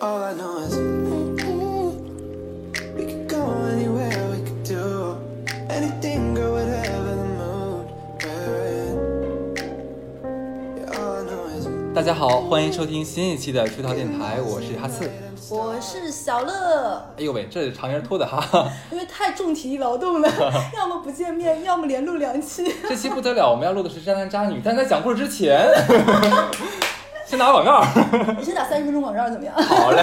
All I know is mm-mm. we could go anywhere, we could do anything, girl, whatever the mood we're in. Yeah, all I know is 大家好，欢迎收听新一期的出逃电台，我是哈刺。我是小乐，哎呦喂，这长音儿拖的哈， 因为太重体力劳动了，要么不见面，要么连录两 期。这期不得了，我们要录的是渣男渣女，但在讲故事之前， 先打广告。你先打三十分钟广告怎么样？好嘞。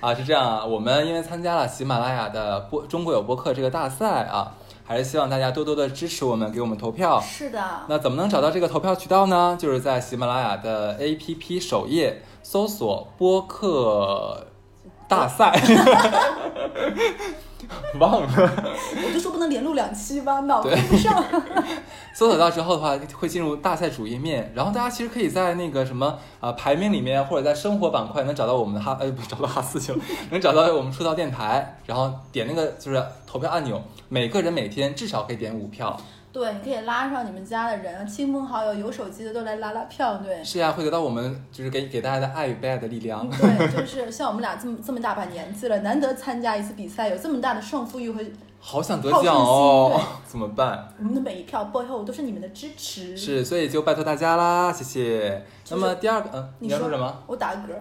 啊，是这样啊，我们因为参加了喜马拉雅的播中国有播客这个大赛啊，还是希望大家多多的支持我们，给我们投票。是的，那怎么能找到这个投票渠道呢？就是在喜马拉雅的 APP 首页搜索播客大赛， 忘了，我就说不能连录两期吧，脑跟不上。 搜索到之后的话会进入大赛主页面，然后大家其实可以在那个什么啊、呃排名里面，或者在生活板块能找到我们的哈，呃，不找到哈四球，能找到我们出道电台，然后点那个就是投票按钮，每个人每天至少可以点五票。对，你可以拉上你们家的人，啊亲朋好友，有手机的都来拉拉票。对，是呀，会得到我们就是给给大家的爱与被爱的力量。对，就是像我们俩这么这么大把年纪了，难得参加一次比赛，有这么大的胜负欲和好想得奖哦好胜心， 怎么办？我们的每一票背后都是你们的支持。，是，所以就拜托大家啦，谢谢。那么第二个，嗯、你你要说什么？？我打个嗝。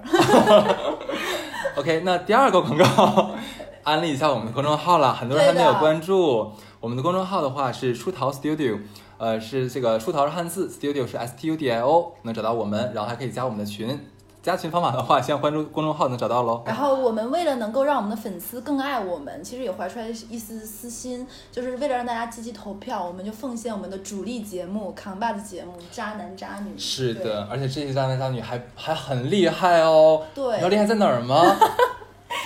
OK，那第二个广告， 安利一下我们的公众号啦，很多人还没有关注。我们的公众号的话是出逃 Studio，呃，是这个出逃是汉字，Studio 是 S T U D I O，能找到我们，然后还可以加我们的群。加群方法的话，先关注公众号能找到喽。然后我们为了能够让我们的粉丝更爱我们，其实也怀揣一丝私心，就是为了让大家积极投票，我们就奉献我们的主力节目扛把子节目《渣男渣女》。是的，而且这些渣男渣女还还很厉害哦。对你知道厉害在哪儿 吗？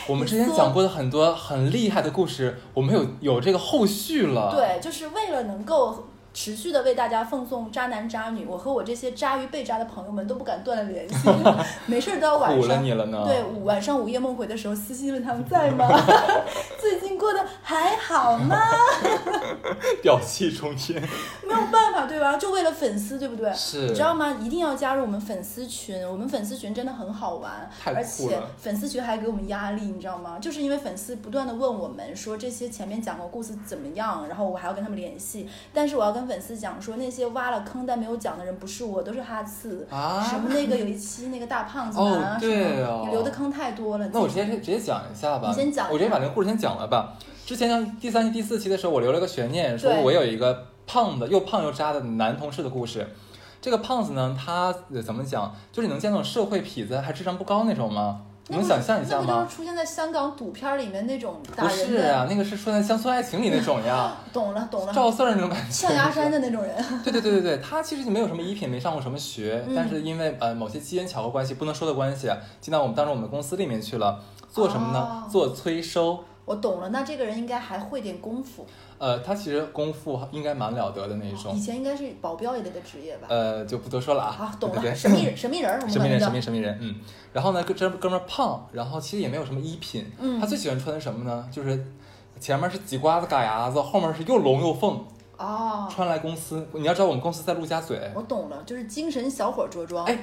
我们之前讲过的很多很厉害的故事，我们有有这个后续了。对，对，就是为了能够。持续的为大家奉送渣男渣女，我和我这些渣与被渣的朋友们都不敢断了 联系，没事儿都要晚苦了上你了啊呢对，午晚上午夜梦回的时候，私信问他们在吗？最近过得还好吗？ 屌气冲天。没有办法，对吧？就为了粉丝，对不对？是你知道吗？一定要加入我们粉丝群，我们粉丝群真的很好玩，太而酷且了粉丝群还给我们压力，你知道吗？就是因为粉丝不断的问我们说这些前面讲过故事怎么样，然后我还要跟他们联系，但是我要跟粉丝讲说那些挖了坑但没有讲的人不是我，都是哈次。啊什么那个有一期那个大胖子哦男啊、什对么，哦你留的坑太多了。你那我自直己接直接讲一下吧。你先讲我直接把这个故事先讲了吧。之前像第三期、第四期的时候，我留了个悬念，说对我有一个胖的又胖又渣的男同事的故事。这个胖子呢，他呃怎么讲？就是你能见那种社会痞子，还智商不高那种吗？你那能不想象一下那不就吗？是出现在香港赌片里面那种打不人是的？啊，那个是说在乡村爱情里那种呀， 懂了 懂了，赵四儿那种感觉。象牙山的那种人。对对对对对，他其实没有什么衣品，没上过什么学，嗯但是因为呃某些机缘巧合关系，不能说的关系，啊进到我们当时我们公司里面去了，做什么呢？哦做催收。我懂了，那这个人应该还会点功夫，呃，他其实功夫应该蛮了得的那一种以，前应该是保镖一类的职业吧。呃，就不多说了啊。啊，懂了，对对神 秘人，神秘人儿，我们神秘管人，他神叫秘。神秘人，嗯。然后呢，哥这哥们儿胖，然后其实也没有什么衣品，嗯他最喜欢穿的什么呢？就是前面是几瓜子嘎牙子，后面是又龙又凤，哦，穿来公司。你要知道我们公司在陆家嘴。我懂了，就是精神小伙着装，哎，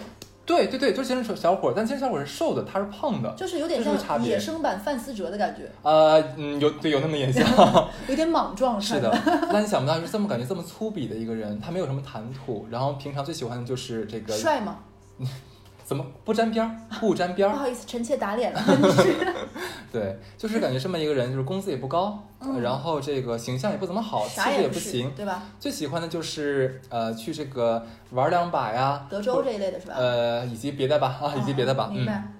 对对对，就是精神小伙儿，但精神小伙儿是瘦的，他是胖的。就是有点这是差像别野生版范思哲的感觉，呃，嗯，有对有那么点像， 有点莽撞。是的。但你想不到，就是这么感觉这么粗鄙的一个人，他没有什么谈吐，然后平常最喜欢的就是这个看着，帅吗？怎么不沾边 儿，不沾边不儿，好意思，臣妾打脸了， 真是。对，就是感觉这么一个人，就是工资也不高，嗯然后这个形象也不怎么好，气啥质也不不是行，对吧？最喜欢的就是呃去这个玩两把呀，德州这一类的是吧？呃以及别的吧啊，以及别的吧，明嗯，白。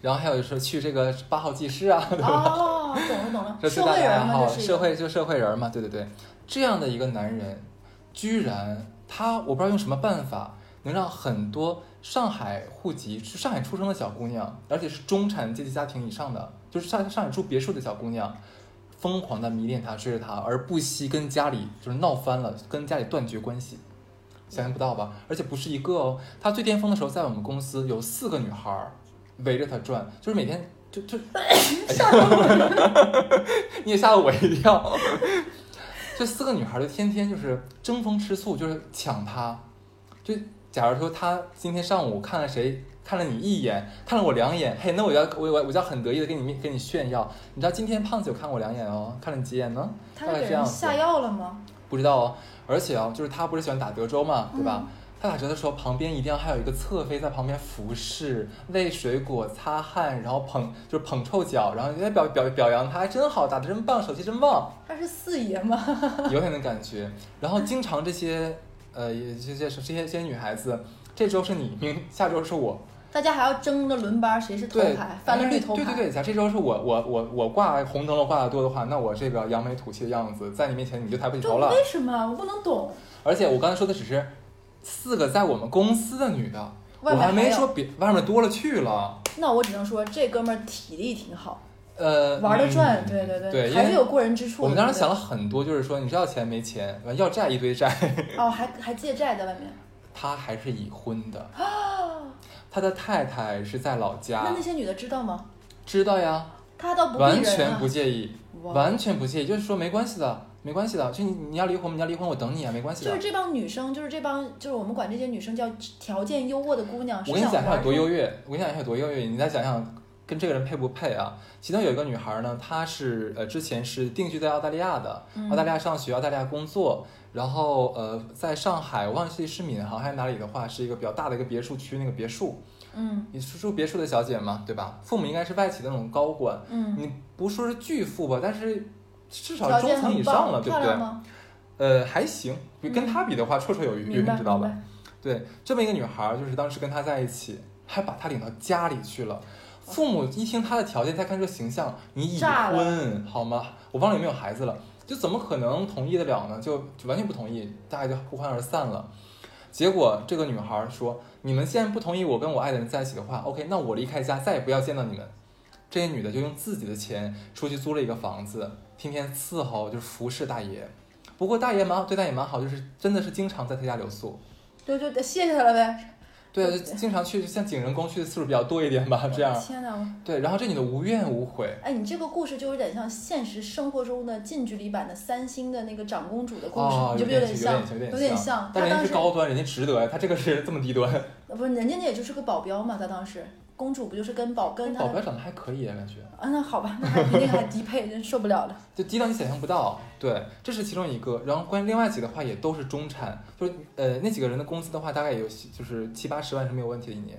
然后还有就是去这个八号技师啊， 哦，懂了懂了，这最社大会的爱人嘛，好，这是一社个。会就社会人嘛，对对对，这样的一个男人，居然他我不知道用什么办法能让很多上海户籍、是上海出生的小姑娘，而且是中产阶级家庭以上的，就是上上海住别墅的小姑娘，疯狂的迷恋他、追着他，而不惜跟家里就是闹翻了，跟家里断绝关系。想象不到吧？而且不是一个哦，他最巅峰的时候在我们公司有四个女孩儿围着他转，就是每天就 就哎你也吓了我一跳。这四个女孩儿就天天就是争风吃醋，就是抢他，就假如说他今天上午看了谁，看了你一眼，看了我两眼，嘿，那我要我我我就要很得意的跟你跟你炫耀，你知道今天胖子有看我两眼哦，看了你几眼呢？他大是概给这样人子下药了吗？不知道哦。而且哦，就是他不是喜欢打德州嘛，对吧？他打折的时候，旁边一定要还有一个侧妃在旁边服侍、喂水果、擦汗，然后捧就是捧臭脚，然后人家表表表扬他，哎真好，打的真棒，手气真棒，他是四爷吗？有点那感觉。然后经常这些呃也这些这些这些女孩子，这周是你，明下周是我，大家还要争着轮班，谁是头对，哎牌，翻了绿头牌。对对对，假如这周是我我我我挂红灯笼挂的多的话，那我这个扬眉吐气的样子，在你面前你就抬不起对头了。为什么我不能懂？而且我刚才说的只是四个在我们公司的女的，外我面还没有说别外面多了去了。那我只能说这哥们儿体力挺好，呃，玩得转，嗯对对对因为还是有过人之处的。我们当时想了对很多，就是说，你知道钱没钱，完要债一堆债， 不对哦，还还借债在外面。他还是已婚的，他的太太是在老啊那家那，些女的知道吗？知道呀，他倒不避啊完人全啊不。介意，哇完全不介意，就是说没关系的，没关系的，就你你要离婚，你要离婚，我等你啊，没关系就的是。这帮女生，就是这帮，就是我们管这些女生叫条件优渥的姑娘。我跟你讲她有多优越，越，我跟你讲她有多优越，你再想想跟这个人配不配啊？其中有一个女孩呢，她是呃之前是定居在澳大利亚的，嗯澳大利亚上学，澳大利亚工作，然后呃在上海，我忘记是闵行还是哪里的话，是一个比较大的一个别墅区，那个别墅，嗯你是住别墅的小姐嘛，对吧？父母应该是外企的那种高管，嗯，你不说是巨富吧，但是至少条中件层以很上了，棒，对不漂对亮？吗？嗯呃，还行，比跟她比的话，绰绰有余，明白，你知道明吧？白。对，这么一个女孩儿，就是当时跟他在一起，还把他领到家里去了。父母一听他的条件，再看这个形象，你已炸了婚好吗？我忘了有没有孩子了，就怎么可能同意得了呢？就就完全不同意，大家就不欢而散了。结果这个女孩儿说：“你们现在不同意我跟我爱的人在一起的话，OK，那我离开家，再也不要见到你们。”这女的就用自己的钱出去租了一个房子，天天伺候就是服侍大爷。不过大爷蛮对大爷蛮好，就是真的是经常在他家留宿。对对对，谢谢他了呗。对啊，就对经常去像景仁宫去的次数比较多一点吧，这样。天哪，对，然后这女的无怨无悔哎，你这个故事就有点像现实生活中的近距离版的三星的那个长公主的故事，啊，你觉有不觉得点像？有点有有点像像。。但她人当啊家是时高端，人家值得呀，她这个是这么低端。不是人家那也就是个保镖嘛，她当时公主不就是跟保跟她保镖长得还可以啊，感觉啊？那好吧，那还比那个还低配，真受不了了。就低到你想象不到。对，这是其中一个。然后关于另外几个的话，也都是中产，就是呃那几个人的工资的话，大概也有就是七八十万是没有问题的一年。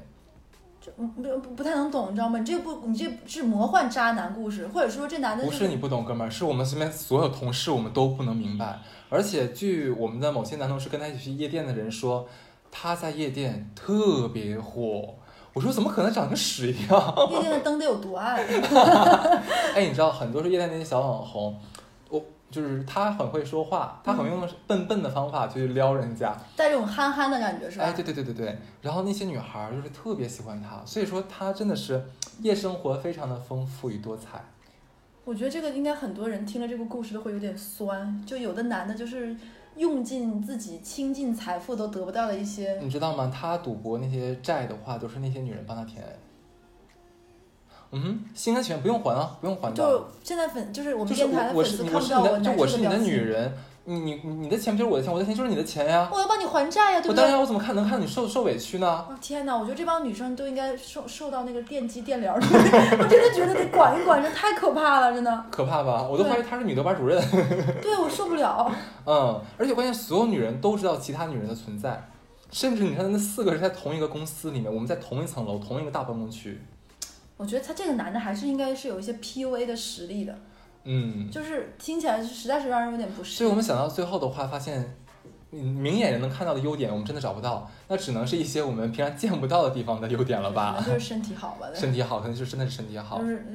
就嗯不不不太能懂，你知道吗？你这不你这是魔幻渣男故事，或者说这男的不啊是你不懂，哥们儿，是我们身边所有同事我们都不能明白。而且据我们的某些男同事跟他一起去夜店的人说，他在夜店特别火。我说怎么可能长跟屎一样？夜店的灯得有多暗？哎，你知道很多是夜店那些小网红，我就是他很会说话，他很会嗯用笨笨的方法去撩人家。带这种憨憨的感觉是吧？哎，对对对对对，然后那些女孩儿就是特别喜欢他，所以说他真的是夜生活非常的丰富与多彩。我觉得这个应该很多人听了这个故事都会有点酸，就有的男的就是用尽自己倾尽财富都得不到的一些，你知道吗？他赌博那些债的话，都是那些女人帮他填。嗯哼，心甘情愿不用还啊，不用还的。就现在粉就是我们就是电我，台的我粉是丝你，看我不是到你我的，就难我受是的你表的女情。人，你你你的钱不就是我的钱，我的钱就是你的钱呀。我要帮你还债呀、对我不当对然？要，我怎么看能看你受受委屈呢？我哦天哪！我觉得这帮女生都应该受受到那个电击电疗，我真的觉得得管一管，这太可怕了，真的。可怕吧？我都怀疑她是女的班主任。 对我受不了。嗯，而且关键所有女人都知道其他女人的存在，甚至你看那四个是在同一个公司里面，我们在同一层楼，同一个大办公区。我觉得他这个男的还是应该是有一些 PUA 的实力的，嗯，就是听起来是实在是让人有点不适。所以我们想到最后的话，发现嗯明眼人能看到的优点，我们真的找不到，那只能是一些我们平常见不到的地方的优点了可吧 能？就是身体好吧，身体好，可能就是真的是身体好哦就。是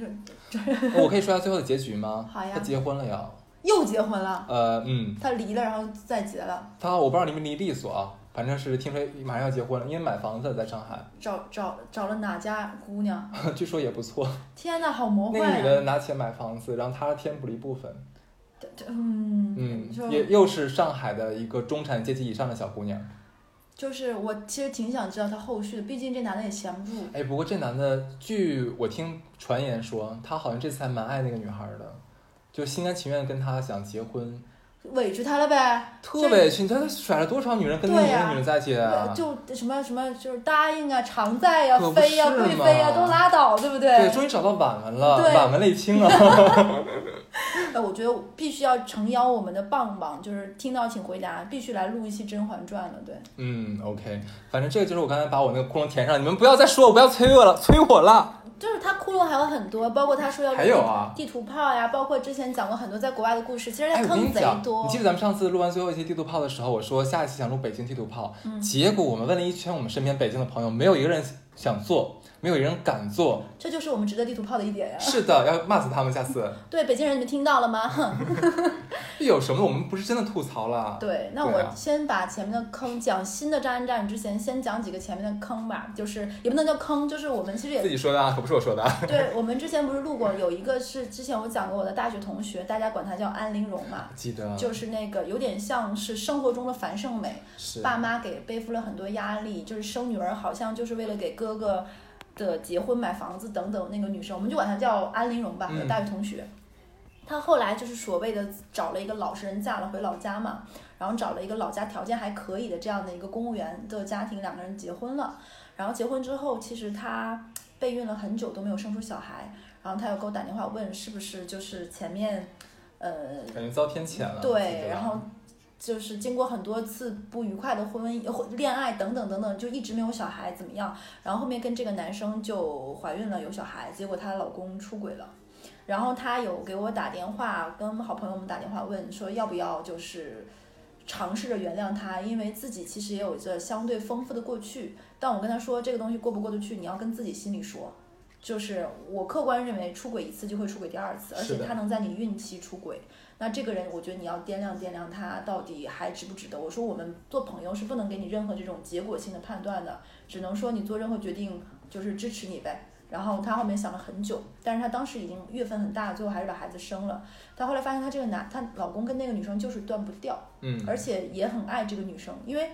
我可以说一下最后的结局吗？ 好呀他结婚了呀。又结婚了，呃，嗯，他离了，然后再结了，他我不知道离没离利索啊，反正是听说马上要结婚了，因为买房子了在上海， 找找找了哪家姑娘？据说也不错。天呐，好魔那个幻啊女呀、的拿钱买房子，然后他填补了一部分。这这嗯嗯就，也又是上海的一个中产阶级以上的小姑娘。就是我其实挺想知道他后续的，毕竟这男的也闲不住。哎，不过这男的，据我听传言说，他好像这次还蛮爱那个女孩儿的，就心甘情愿跟她想结婚。委屈他了呗，特委屈，你看他甩了多少女人跟那对女呀的女人在一起啊？就什么什么就是答应啊、常在呀、可不飞呀、啊是贵妃呀、嘛都拉倒，对不对，终于找到婉雯了，对婉雯泪清了。 哎，我觉得我必须要诚邀我们的棒棒，就是听到请回答，必须来录一期《甄嬛传》了。对，嗯，OK，反正这个就是我刚才把我那个窟窿填上，你们不要再说我，不要催我了，催我了。就是他窟窿还有很多，包括他说要还有啊地图炮呀，包括之前讲过很多在国外的故事，其实哎，他我跟坑你贼讲，多。你记得咱们上次录完最后一期地图炮的时候，我说下一期想录北京地图炮，嗯结果我们问了一圈我们身边北京的朋友，没有一个人想做，没有一个人敢做。这就是我们值得地图炮的一点呀。是的，要骂死他们，下次对，北京人你们听到了吗？ 哼，有什么我们不是真的吐槽了。对，那对我啊先把前面的坑讲新的渣男渣女之前，先讲几个前面的坑吧，就是也不能叫坑，就是我们其实也自己说的啊，可不是我说的啊。 对，我们之前不是录过，有一个是之前我讲过我的大学同学，大家管她叫安陵容嘛，记得就是那个有点像是生活中的樊胜美，是爸妈给背负了很多压力，就是生女儿好像就是为了给哥哥的结婚买房子等等。那个女生，我们就管她叫安陵容吧，嗯我的大学同学。她后来就是所谓的找了一个老实人嫁了，回老家嘛，然后找了一个老家条件还可以的这样的一个公务员的家庭，两个人结婚了。然后结婚之后，其实她备孕了很久都没有生出小孩，然后她又给我打电话问是不是就是前面，呃，感觉遭天谴了。记对，得然后就是经过很多次不愉快的婚姻、呃婚恋爱等等等等，就一直没有小孩，怎么样？然后后面跟这个男生就怀孕了，有小孩，结果她老公出轨了。然后她有给我打电话，跟好朋友们打电话问说要不要就是尝试着原谅他，因为自己其实也有着相对丰富的过去。但我跟她说这个东西过不过得去，你要跟自己心里说。就是我客观认为出轨一次就会出轨第二次，而是且的他能在你孕期出轨，那这个人我觉得你要掂量掂量他到底还值不值得。我说我们做朋友是不能给你任何这种结果性的判断的，只能说你做任何决定就是支持你呗。然后她后面想了很久，但是她当时已经月份很大，最后还是把孩子生了。她后来发现她这个男，她老公跟那个女生就是断不掉，嗯，而且也很爱这个女生，因为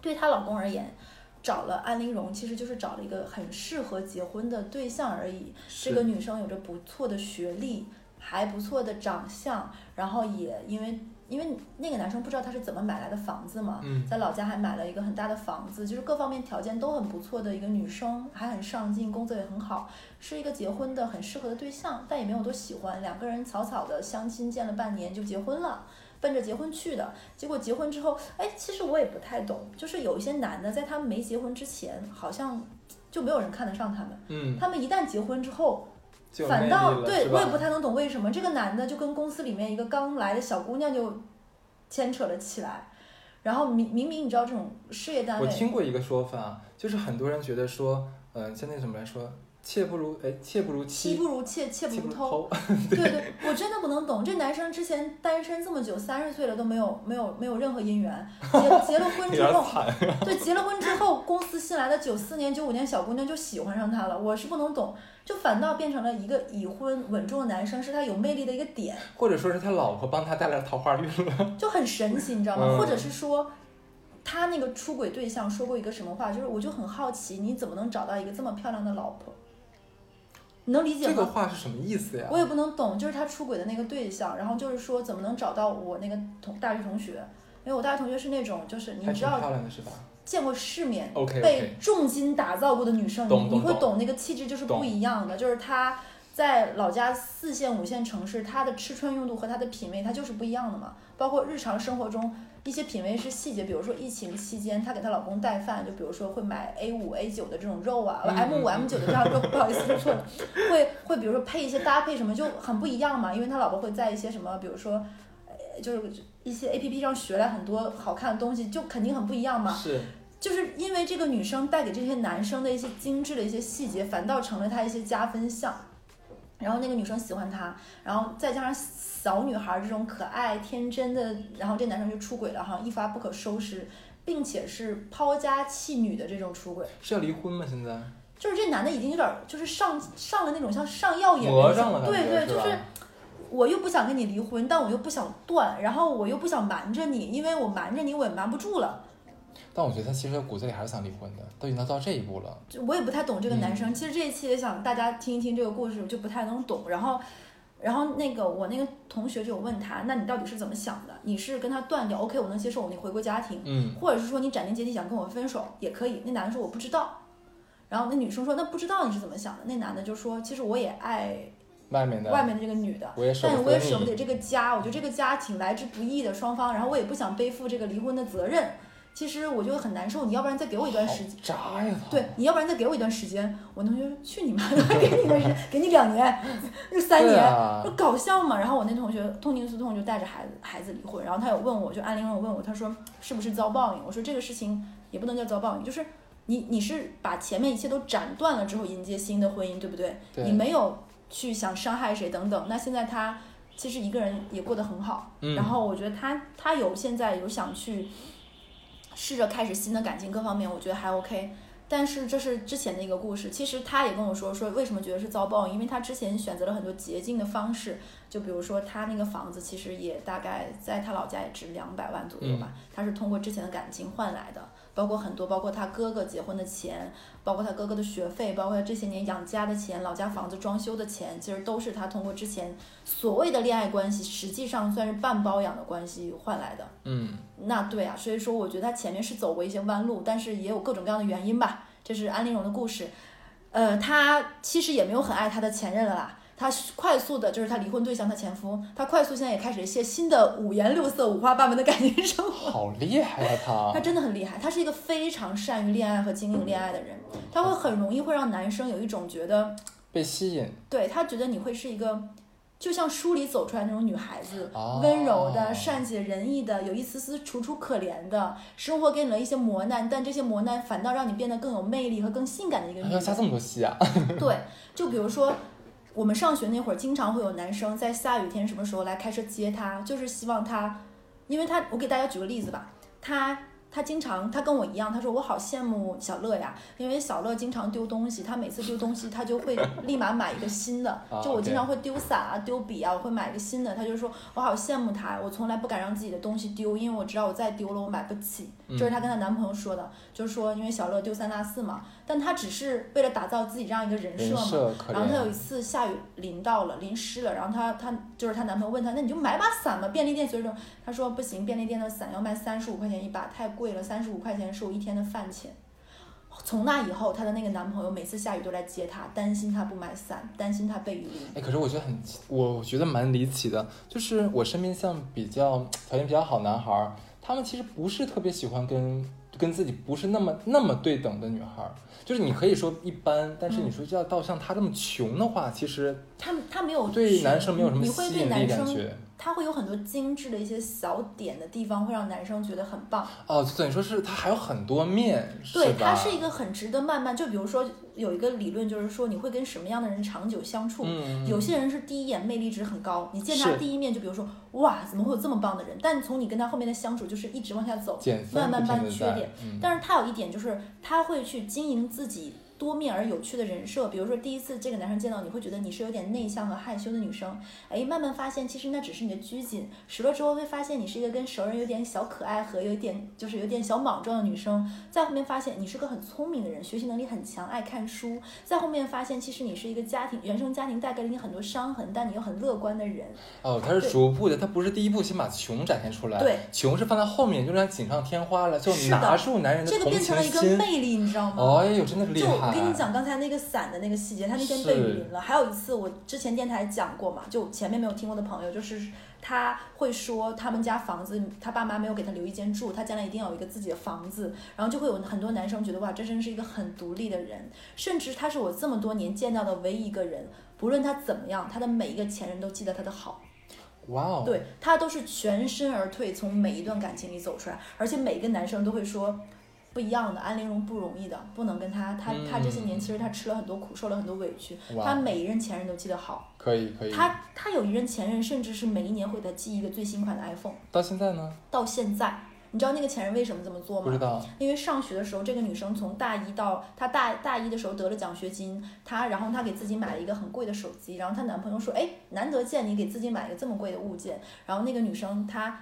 对她老公而言，找了安陵容其实就是找了一个很适合结婚的对象而已。这是个女生有着不错的学历，还不错的长相，然后也因为因为那个男生不知道她是怎么买来的房子嘛，嗯，在老家还买了一个很大的房子，就是各方面条件都很不错的一个女生，还很上进，工作也很好，是一个结婚的很适合的对象，但也没有多喜欢，两个人草草的相亲见了半年就结婚了。奔着结婚去的，结果结婚之后，哎，其实我也不太懂，就是有一些男的在他们没结婚之前，好像就没有人看得上他们，嗯，他们一旦结婚之后，就有反魅倒力了对是我也吧？不太能懂为什么这个男的就跟公司里面一个刚来的小姑娘就牵扯了起来，然后明明明你知道这种事业单我位，听过一个说法，就是很多人觉得说，嗯、像那什么来说，妾不如哎，妾不如妻妻，不如妾，妾妾不不如如偷。偷，对对，我真的不能懂，这男生之前单身这么久，三十岁了都没有没有没有任何 姻缘，结结了婚有之点后，惨。对，结了婚之后，公司新来的九四年、九五年小姑娘就喜欢上他了，我是不能懂，就反倒变成了一个已婚稳重的男生是他有魅力的一个点。或者说是他老婆帮他带来桃花运了。就很神奇，你知道吗？嗯或者是说，他那个出轨对象说过一个什么话，就是我就很好奇，你怎么能找到一个这么漂亮的老婆？你能理解这吗？个啊话是什么意思呀我？也不能懂，就是他出轨的那个对象，然后就是说怎么能找到我那个同大学同学？因为我大学同学是那种，就是你还知挺漂道亮的是吧？见过世面， OK，OK 被重金打造过的女生，懂你你懂会懂懂那个气质就是不懂一样的，就是她在老家四线五线城市，她的吃穿用度和她的品味，她就是不一样的嘛。包括日常生活中一些品味是细节，比如说疫情期间，她给她老公带饭，就比如说会买 A 五 A 九的这种肉啊嗯，M 五 M 九的这样 肉，不好意思说错了，会会比如说配一些搭配什么就很不一样嘛，因为他老婆会在一些什么，比如说。呃就是一些 A P P 上学来很多好看的东西，就肯定很不一样嘛。是，就是因为这个女生带给这些男生的一些精致的一些细节，反倒成了他一些加分项。然后那个女生喜欢他，然后再加上小女孩这种可爱天真的，然后这男生就出轨了，哈，一发不可收拾，并且是抛家弃女的这种出轨，是要离婚吗？现在就是这男的已经有点儿就是上上了那种像上药瘾魔那上了种感对觉对，就是是吧？我又不想跟你离婚，但我又不想断，然后我又不想瞒着你，因为我瞒着你我也瞒不住了。但我觉得他其实骨子里还是想离婚的，都已经到到这一步了。就我也不太懂这个男生。其实这一期也想大家听一听这个故事，我就不太能懂。然后然后那个我那个同学就有问他，那你到底是怎么想的？你是跟他断掉，OK，我能接受，你回归家庭，嗯，或者是说你斩钉截铁想跟我分手也可以。那男的说我不知道，然后那女生说那不知道你是怎么想的。那男的就说其实我也爱外面的，外面的这个女的，我也舍但不是得我也舍不得你这个家，我觉得这个家挺来之不易的双方，然后我也不想背负这个离婚的责任。其实我就很难受，你要不然再给我一段时间，渣呀，对，你要不然再给我一段时间。我同学说去你妈的， 给你 一段时间，给你两年，就三对年，啊不是搞笑嘛。然后我那同学痛定思痛，就带着孩子孩子离婚。然后他有问我，就安陵容有问我，他说是不是遭报应？我说这个事情也不能叫遭报应，就是你你是把前面一切都斩断了之后迎接新的婚姻，对不对？对你没有去想伤害谁等等。那现在他其实一个人也过得很好，嗯然后我觉得他他有现在有想去试着开始新的感情各方面，我觉得还 OK。但是这是之前的一个故事，其实他也跟我说说为什么觉得是遭报应，因为他之前选择了很多捷径的方式，就比如说他那个房子其实也大概在他老家也值两百万左右吧，他是通过之前的感情换来的，包括很多，包括他哥哥结婚的钱，包括他哥哥的学费，包括他这些年养家的钱、老家房子装修的钱，其实都是他通过之前所谓的恋爱关系，实际上算是半包养的关系换来的。嗯，那对啊，所以说我觉得他前面是走过一些弯路，但是也有各种各样的原因吧。这是安陵容的故事，呃，她其实也没有很爱她的前任了啦。她快速的，就是她离婚对象，她前夫，她快速现在也开始一些新的五颜六色、五花八门的感情生活。好厉害啊他他，真的很厉害，他是一个非常善于恋爱和经营恋爱的人，他会很容易会让男生有一种觉得，被吸引，对他觉得你会是一个，就像书里走出来那种女孩子，哦温柔的、善解人意的，有一丝丝楚楚可怜的，生活给你了一些磨难，但这些磨难反倒让你变得更有魅力和更性感的一个女要加人。这么多戏啊，对，就比如说。我们上学那会儿，经常会有男生在下雨天什么时候来开车接她，就是希望她，因为她，我给大家举个例子吧，她她经常，她跟我一样，她说我好羡慕小乐呀，因为小乐经常丢东西，她每次丢东西，她就会立马买一个新的 啊。就我经 OK 常会丢伞啊、丢笔啊，我会买一个新的。她就说我好羡慕她，我从来不敢让自己的东西丢，因为我知道我再丢了我买不起。嗯这是她跟她男朋友说的，就是说因为小乐丢三落四嘛，但她只是为了打造自己这样一个人人设嘛，设可然后她有一怜，次下雨淋到了，淋湿了，然后她她就是她男朋友问她，那你就买把伞吧，便利店随手。她说不行，便利店的伞要卖三十五块钱一把，太贵了，三十五块钱是我一天的饭钱。从那以后，她的那个男朋友每次下雨都来接她，担心她不买伞，担心她被雨淋。哎，可是我觉得很，我觉得蛮离奇的，就是我身边像比较条件比较好男孩儿，他们其实不是特别喜欢跟跟自己不是那么那么对等的女孩儿，就是你可以说一般，但嗯是你说要到像他这么穷的话，其实她她没有对去男生没有什么你会吸对引男力感生，觉。她会有很多精致的一些小点的地方，会让男生觉得很棒。哦，就等于说是他还有很多面，对，吧？它是一个很值得慢慢，就比如说有一个理论，就是说你会跟什么样的人长久相处。嗯，有些人是第一眼魅力值很高，你见他是第一面就比如说哇，怎么会有这么棒的人？但从你跟他后面的相处，就是一直往下走，减分慢慢不停搬地缺在点。嗯但是他有一点就是他会去经营自己多面而有趣的人设，比如说第一次这个男生见到你会觉得你是有点内向和害羞的女生，哎，慢慢发现其实那只是你的拘谨，熟了之后会发现你是一个跟熟人有点小可爱和有点就是有点小莽撞的女生，再后面发现你是个很聪明的人，学习能力很强，爱看书，再后面发现其实你是一个家庭原生家庭带给了你很多伤痕，但你又很乐观的人，哦，它是对逐步的，它不是第一步先把穷展现出来，对，穷是放在后面，就让锦上添花了，就是的拿住男人这个同变情成了一个心。魅力，你知道吗？哦，哎呦，真的厉就害！我跟你，讲刚才那个伞的那个细节，他那天被是雨淋了。还有一次，我之前电台讲过嘛，就前面没有听过的朋友，就是他会说他们家房子，他爸妈没有给他留一间住，他将来一定要有一个自己的房子。然后就会有很多男生觉得哇，这真是一个很独立的人，甚至他是我这么多年见到的唯一一个人，不论他怎么样，他的每一个前任都记得他的好。哇哦，，对他都是全身而退，从每一段感情里走出来，而且每个男生都会说。不一样的，安陵容不容易的，不能跟他，他他这些年其实他吃了很多苦，受了很多委屈，嗯哇他每一任前任都记得好，可以可以。他他有一任前任，甚至是每一年会给他寄一个最新款的 iPhone，到现在呢？到现在，你知道那个前任为什么这么做吗？不知道，因为上学的时候，这个女生从大一到她大大一的时候得了奖学金，她然后她给自己买了一个很贵的手机，然后她男朋友说，哎，难得见你给自己买一个这么贵的物件，然后那个女生她。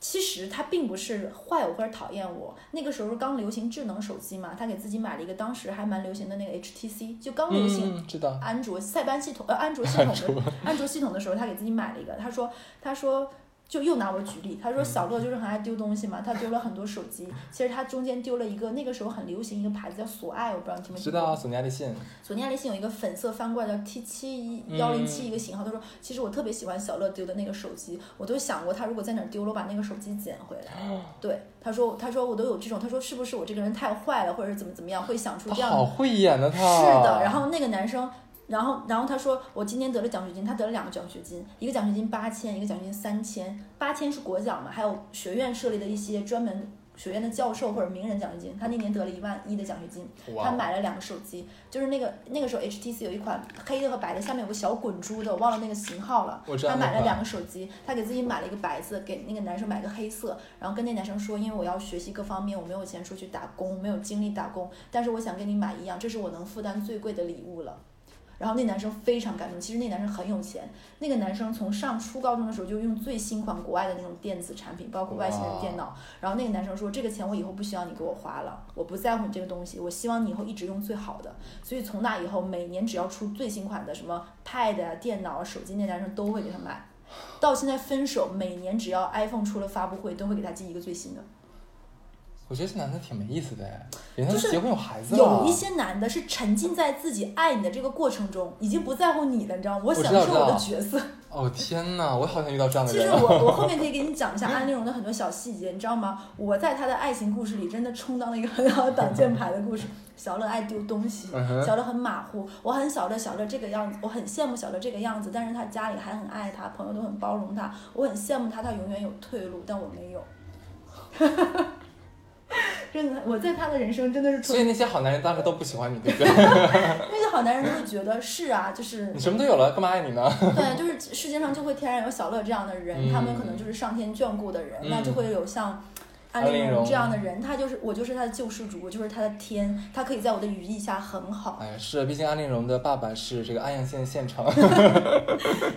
其实他并不是坏我或者讨厌我，那个时候刚流行智能手机嘛，他给自己买了一个当时还蛮流行的那个 HTC，就刚流行嗯，知道。安卓塞班系统呃安卓系统的安卓系统的时候，他给自己买了一个，他说他说。就又拿我举例，他嗯说小乐就是很爱丢东西嘛，他丢了很多手机。其实他中间丢了一个，那个时候很流行一个牌子叫索爱，我不知道你听没知听过。道啊，索尼爱立信，索尼爱立信有一个粉色翻过来叫 T 七嗯幺零七一个型号，他说其实我特别喜欢小乐丢的那个手机，我都想过他如果在哪儿丢了，我把那个手机捡回哦来。对，他说他说我都有这种，他说是不是我这个人太坏了，或者是怎么怎么样，会想出他这样好会演的他。哦是的，然后那个男生，然后然后他说我今天得了奖学金，他得了两个奖学金，一个奖学金八千，一个奖学金三千，八千是国奖嘛，还有学院设立的一些专门学院的教授或者名人奖学金，他那年得了一万一的奖学金，哇他买了两个手机，就是那个那个时候 HTC 有一款黑的和白的，下面有个小滚珠的，我忘了那个型号了。我知道他那买了款两个手机，他给自己买了一个白色，给那个男生买个黑色，然后跟那男生说，因为我要学习各方面，我没有钱出去打工，没有精力打工，但是我想跟你买一样，这是我能负担最贵的礼物了。然后那男生非常感动，其实那男生很有钱，那个男生从上初高中的时候就用最新款国外的那种电子产品，包括外星人电脑。然后那个男生说：“这个钱我以后不需要你给我花了，我不在乎你这个东西，我希望你以后一直用最好的。”所以从那以后，每年只要出最新款的什么 Pad 啊、电脑啊、手机，那男生都会给他买。到现在分手，每年只要 iPhone 出了发布会，都会给他寄一个最新的。我觉得这男的挺没意思的哎，人家就是都结婚有孩子了。有一些男的是沉浸在自己爱你的这个过程中，已经不在乎你了，你知道吗？我知享道受知我的道角色。哦天哪，我好想遇到这样的其人实。 我我后面可以给你讲一下安陵容的很多小细节，你知道吗？我在她的爱情故事里真的充当了一个很好的挡箭牌的故事。小乐爱丢东西嗯，哼小乐很马虎，我很小乐小乐这个样子，我很羡慕小乐这个样子，但是他家里还很爱他，朋友都很包容他，我很羡慕他，他永远有退路，但我没有。 真的，我在他的人生真的是充所以那些好男人当时都不喜欢你，对不对？ 那些好男人都会觉得是啊，就是你什么都有了，干嘛爱你呢？ 对，就是世界上就会天然有小乐这样的人，嗯他们可能就是上天眷顾的人，那就会有像。安安陵陵容容这样的人，他就是我，就是他的救世主，我就是他的天，他可以在我的羽翼下很好。哎呀，是，毕竟安陵容的爸爸是这个安阳县县城。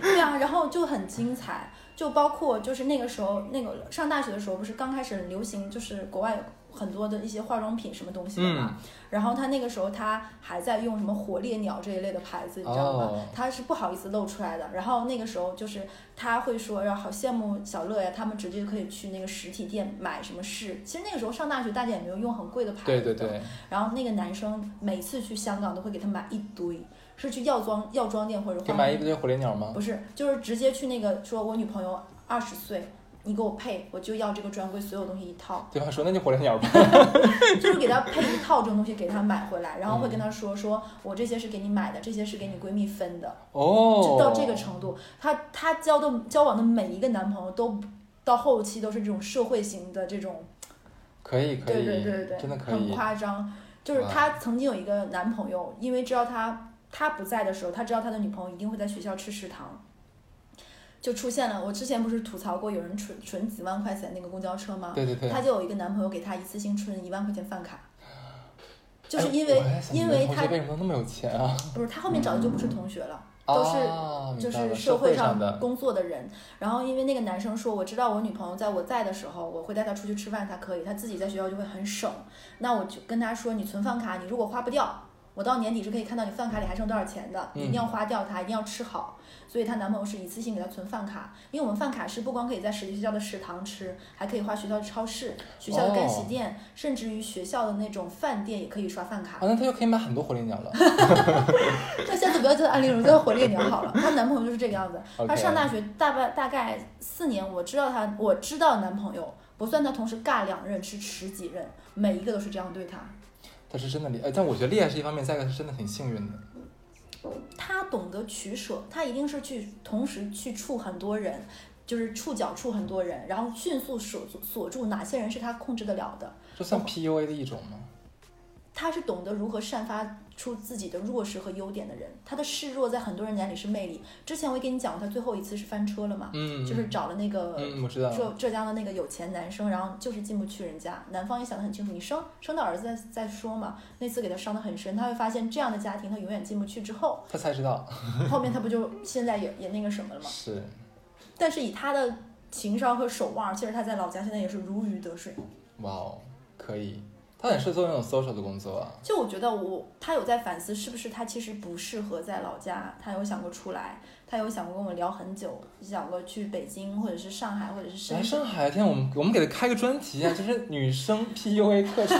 对啊，然后就很精彩，就包括就是那个时候，那个上大学的时候，不是刚开始很流行，就是国外有很多的一些化妆品什么东西的嘛。嗯然后他那个时候他还在用什么火烈鸟这一类的牌子，你知道吗？哦他是不好意思露出来的。然后那个时候就是他会说，然后好羡慕小乐呀，他们直接可以去那个实体店买什么试。其实那个时候上大学，大家也没有用很贵的牌子。对对。对，然后那个男生每次去香港都会给他买一堆，是去药妆药妆店或者给化买妆一堆火烈鸟吗？不是，就是直接去那个说，我女朋友二十岁，你给我配，我就要这个专柜所有东西一套，对方说那就火烈鸟 吧。就是给她配一套这种东西给她买回来，然后会跟她说，说我这些是给你买的，这些是给你闺蜜分的，哦就，到这个程度。她她交的交往的每一个男朋友都到后期都是这种社会型的这种，可以可对以，对对对，真的可很以。啊夸张。就是哇她曾经有一个男朋友，因为知道她她不在的时候，他知道他的女朋友一定会在学校吃食堂，就出现了。我之前不是吐槽过有人存存几万块钱那个公交车吗？对对对，她就有一个男朋友给她一次性存一万块钱饭卡，就是哎因为、我在想因你们为同她学为什么都那么有钱啊？不是她后面找的就不是同学了， 都是啊明就白是了社会会上的。工作的人。然后因为那个男生说，我知道我女朋友在我在的时候，我会带她出去吃饭，她可以，她自己在学校就会很省。那我就跟她说，你存饭卡，你如果花不掉，我到年底是可以看到你饭卡里还剩多少钱的，你一嗯定要花掉它，一定要吃好。所以她男朋友是一次性给她存饭卡，因为我们饭卡是不光可以在实习学校的食堂吃，还可以花学校的超市、学校的干洗哦店，甚至于学校的那种饭店也可以刷饭卡啊，。那他就可以买很多火烈鸟了。那下次不要叫她安陵容，叫她火烈鸟好了。她男朋友就是这个样子。 OK 她上大学大概大概四年，我知道她，我知道男朋友不算她同时尬两任，是十几任，每一个都是这样对她。他是真的厉哎害，但我觉得厉害是一方面，再一个是真的挺幸运的。她懂得取舍，她一定是去同时去触很多人，就是触角触很多人，然后迅速锁住锁住哪些人是她控制得了的。这算 PUA 的一种吗？她是懂得如何散发出自己的弱势和优点的人，她的示弱在很多人眼里是魅力。之前我也跟你讲过，她最后一次是翻车了嘛，嗯，就是找了那个嗯，我知道浙了。浙江的那个有钱男生，然后就是进不去人家，男方也想得很清楚，你生生到儿子再再说嘛。那次给他伤得很深，他会发现这样的家庭他永远进不去，之后他才知道后面他不就现在也也那个什么了吗？是但是以他的情商和手腕，其实他在老家现在也是如鱼得水。哇哦，可以，他很适合做那种 social 的工作啊。就我觉得我他有在反思，是不是他其实不适合在老家，他有想过出来，他有想过跟我聊很久，想过去北京或者是上海或者是深来圳。上海，天，我们我们给他开个专题啊，就是女生 PUA 课程。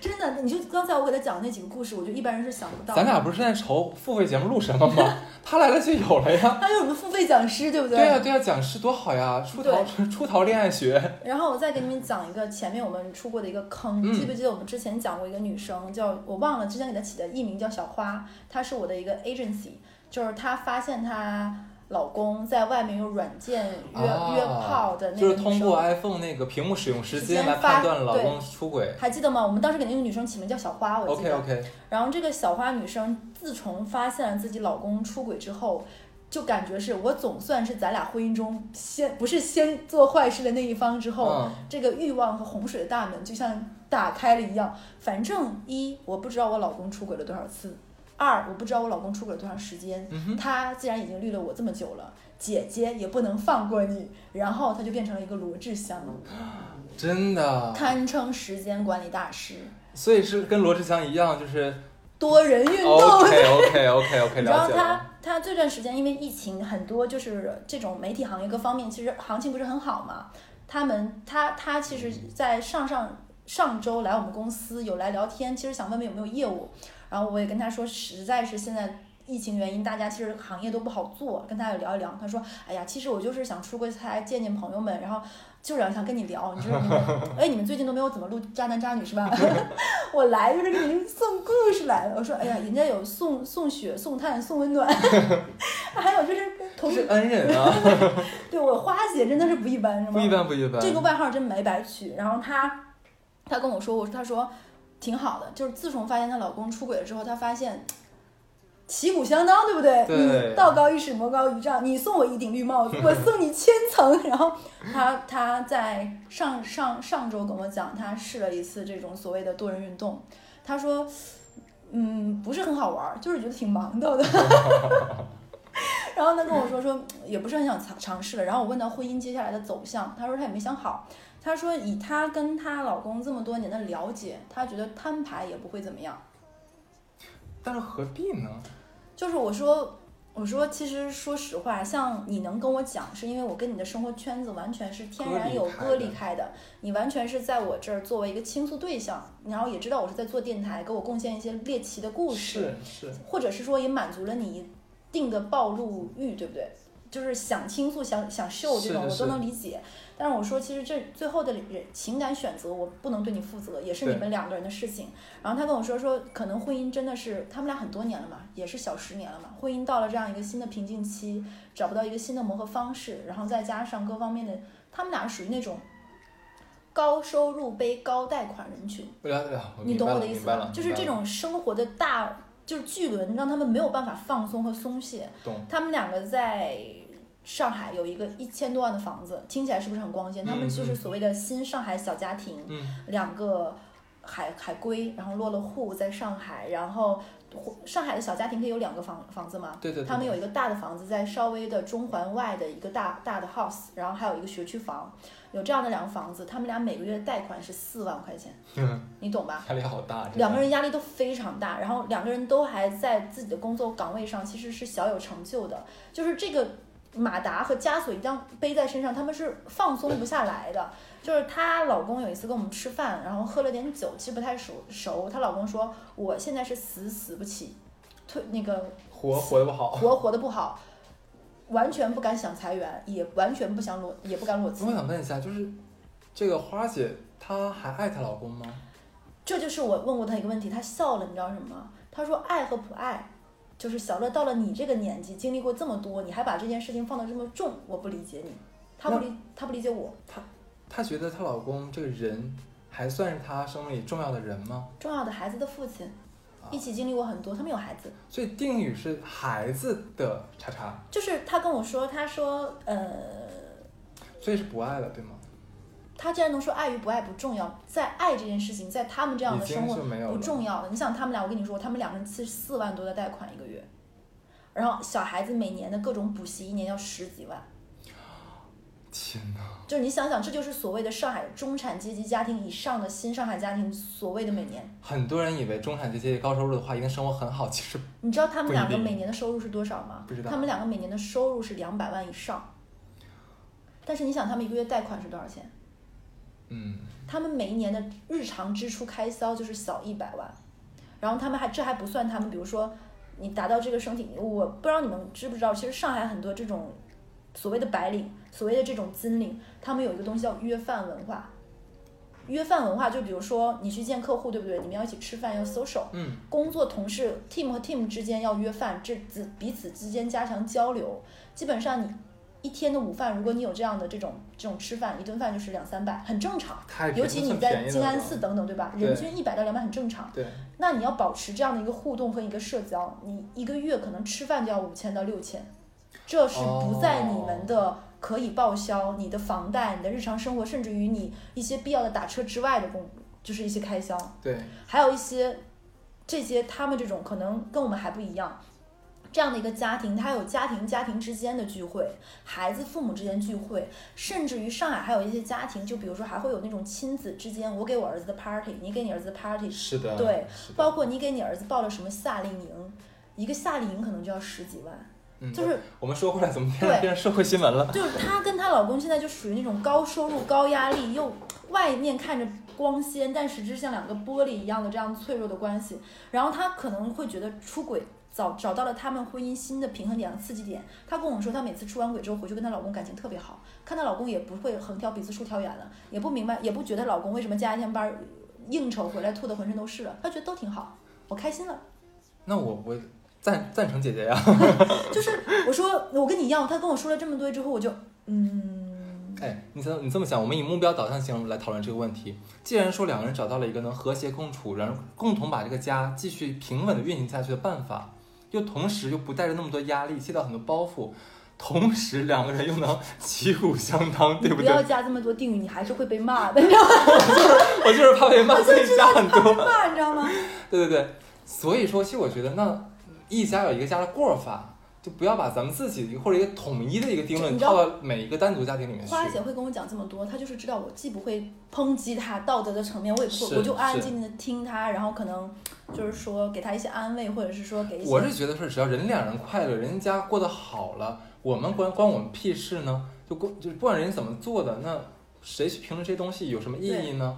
真的，你就刚才我给他讲的那几个故事，我觉得一般人是想不到的。咱俩不是在愁付费节目录什么吗？ 他来了就有了呀。他有什么付费讲师，对不对？对呀、啊对呀、讲师多好呀，出逃 出逃恋爱学。然后我再给你们讲一个前面我们出过的一个坑，嗯记不记得我们之前讲过一个女生叫我忘了，之前给她起的艺名叫小花，她是我的一个 agency，就是她发现她老公在外面用软件约、啊约炮的那就个是女通生。过 iPhone 那个屏幕使用时时间间来发判断老对公出轨。还记得吗？我们当时给那个女生起名叫小花，我 OK 记得。 OK，然后这个小花女生自从发现了自己老公出轨之后，就感觉是我总算是咱俩婚姻中先不是先做坏事的那一方之后，嗯，这个欲望和洪水的大门就像打开了一样。反正一，我不知道我老公出轨了多少次；二，我不知道我老公出轨了多长时间。嗯哼他既然已经绿了我这么久了，姐姐也不能放过你。然后他就变成了一个罗志祥，真的。堪称时间管理大师，所以是跟罗志祥一样，就是 多人运动。 OK OK OK OK，你知道了解他了。他这段时间因为疫情，很多就是这种媒体行业各方面，其实行情不是很好嘛。他们他他其实，在上上上周来我们公司有来聊天，其实想问问有没有业务，然后我也跟他说，实在是现在。疫情原因，大家其实行业都不好做，跟他也聊一聊。他说：“哎呀，其实我就是想出个差，见见朋友们，然后就是想跟你聊。你知道你们，哎，你们最近都没有怎么录渣男渣女是吧？ 我来就是给您送故事来了。我说，哎呀，人家有送送雪、送炭、送温暖， 还有就是这同是恩人 啊，对我花姐真的是不一般，是吗？不一般不一般。这个外号真没白取。然后她，她跟我说，我她说挺好的，就是自从发现她老公出轨了之后，她发现旗鼓相当，对不对？对你道高一尺，魔高一丈，你送我一顶绿帽子，我送你千层。 然后她她在上上上周跟我讲，她试了一次这种所谓的多人运动，她说。嗯，不是很好玩儿，就是觉得挺忙叨的。 然后他跟我说说也不是很想尝尝试了。然后我问他婚姻接下来的走向，他说他也没想好。他说以她跟她老公这么多年的了解，她觉得摊牌也不会怎么样。但是何必呢？就是我说我说其实说实话，像你能跟我讲，是因为我跟你的生活圈子完全是天然有割割离开的离开的，你完全是在我这儿作为一个倾诉对象，然后也知道我是在做电台，给我贡献一些猎奇的故事。是是，或者是说也满足了你一定的暴露欲，对不对？就是想倾诉、想想秀这种，是是我是都能理解。但是我说，其实这最后的人情感选择，我不能对你负责，也是你对们两个人的事情。然后他跟我说说，可能婚姻真的是他们俩很多年了嘛，也是小十年了嘛，婚姻到了这样一个新的瓶颈期，找不到一个新的磨合方式，然后再加上各方面的，他们俩属于那种高收入背高贷款人群。我了解了，你哦明懂白我了的意明思白吧了？就是明白这了种生活的大就是巨轮，让他们没有办法放松和松懈。懂，他们两个在上海有一个一千多万的房子，听起来是不是很光鲜？他们就是所谓的新上海小家庭，嗯两个海海归，然后落了户在上海，然后上海的小家庭可以有两个房房子嘛，对对对，他们有一个大的房子在稍微的中环外的一个大大的 house，然后还有一个学区房，有这样的两个房子，他们俩每个月的贷款是四万块钱，你懂 吧？压力好大，真的两个人压力都非常大，然后两个人都还在自己的工作岗位上，其实是小有成就的。就是这个马达和枷锁一旦背在身上，他们是放松不下来的。就是她老公有一次跟我们吃饭，然后喝了点酒，其实不太熟熟。她老公说：“我现在是死死不起，退那个活活得不好。活活的不好，完全不敢想裁员，也完全不想裸，也不敢裸辞。”我想问一下，就是这个花姐，她还爱她老公吗？这就是我问过他一个问题，他笑了，你知道什么吗？他说爱和不爱，就是小乐到了你这个年纪，经历过这么多，你还把这件事情放得这么重，我不理解你。他不理他不理解我，她觉得她老公这个人还算是她生命里重要的人吗？重要的孩子的父亲啊，一起经历过很多，他们有孩子。所以定语是孩子的叉叉，就是他跟我说，他说呃，所以是不爱了，对吗？他既然能说爱与不爱不重要，在爱这件事情，在他们这样的已经生活是没有了不重要的。你想他们俩，我跟你说，他们两个人是四万多的贷款一个月，然后小孩子每年的各种补习，一年要十几万。天哪！就是你想想，这就是所谓的上海中产阶级家庭以上的新上海家庭所谓的每年，很多人以为中产阶级高收入的话一定生活很好，其实你知道他们两不个一定每年的收入是多少吗？不知道他们两个每年的收入是两百万以上，但是你想，他们一个月贷款是多少钱？嗯，他们每一年的日常支出开销就是小一百万，然后他们还这还不算他们，比如说你达到这个身体，我不知道你们知不知道，其实上海很多这种所谓的白领，所谓的这种金领，他们有一个东西叫约饭文化。约饭文化就比如说你去见客户，对不对？你们要一起吃饭，要 social。嗯，工作同事 team 和 team 之间要约饭，这此彼此之间加强交流。基本上你一天的午饭，如果你有这样的这种这种吃饭，一顿饭就是两三百，很正常。太尤其你算便在宜的静安了寺等等，对吧？对人均一百到两百很正常。对，那你要保持这样的一个互动和一个社交，你一个月可能吃饭就要五千到六千，这是不在哦你们的可以报销、你的房贷、你的日常生活，甚至于你一些必要的打车之外的工，就是一些开销。对，还有一些这些他们这种可能跟我们还不一样，这样的一个家庭，他有家庭家庭之间的聚会，孩子父母之间聚会，甚至于上海还有一些家庭，就比如说还会有那种亲子之间，我给我儿子的 party，你给你儿子的 party，是的，对是的，包括你给你儿子报了什么夏令营，一个夏令营可能就要十几万，嗯就是我们说回来，怎么变对成变成社会新闻了？就是她跟她老公现在就属于那种高收入、高压力，又外面看着光鲜，但实质像两个玻璃一样的这样脆弱的关系。然后她可能会觉得出轨找找到了他们婚姻新的平衡点、刺激点。她跟我说，她每次出完轨之后回去跟她老公感情特别好，看她老公也不会横挑鼻子竖挑眼了，也不明白，也不觉得老公为什么加一天班儿应酬回来吐的浑身都是了，她觉得都挺好，我开心了。那我我赞赞成姐姐呀，就是我说我跟你一样，她跟我说了这么多之后，我就嗯。哎，你这你这么想，我们以目标导向型来讨论这个问题。既然说两个人找到了一个能和谐共处，然后共同把这个家继续平稳的运行下去的办法，又同时又不带着那么多压力，卸掉很多包袱，同时两个人又能旗鼓相当，你对不对要？加这么多定语，你还是会被骂的，你知 我就是怕被骂，所以加很多。骂，你知道吗？ 对对对，所以说，其实我觉得那一家有一个家的过法，就不要把咱们自己或者一个统一的一个定论你知道套到每一个单独家庭里面去。花姐会跟我讲这么多，她就是知道我既不会抨击她道德的层面，我也不是会，我就安安静静的听她，然后可能就是说给她一些安慰，或者是说给一些。我是觉得说，只要人两人快乐，人家过得好了，我们关关我们屁事呢？就关就是不管人家怎么做的，那谁去评论这些东西有什么意义呢？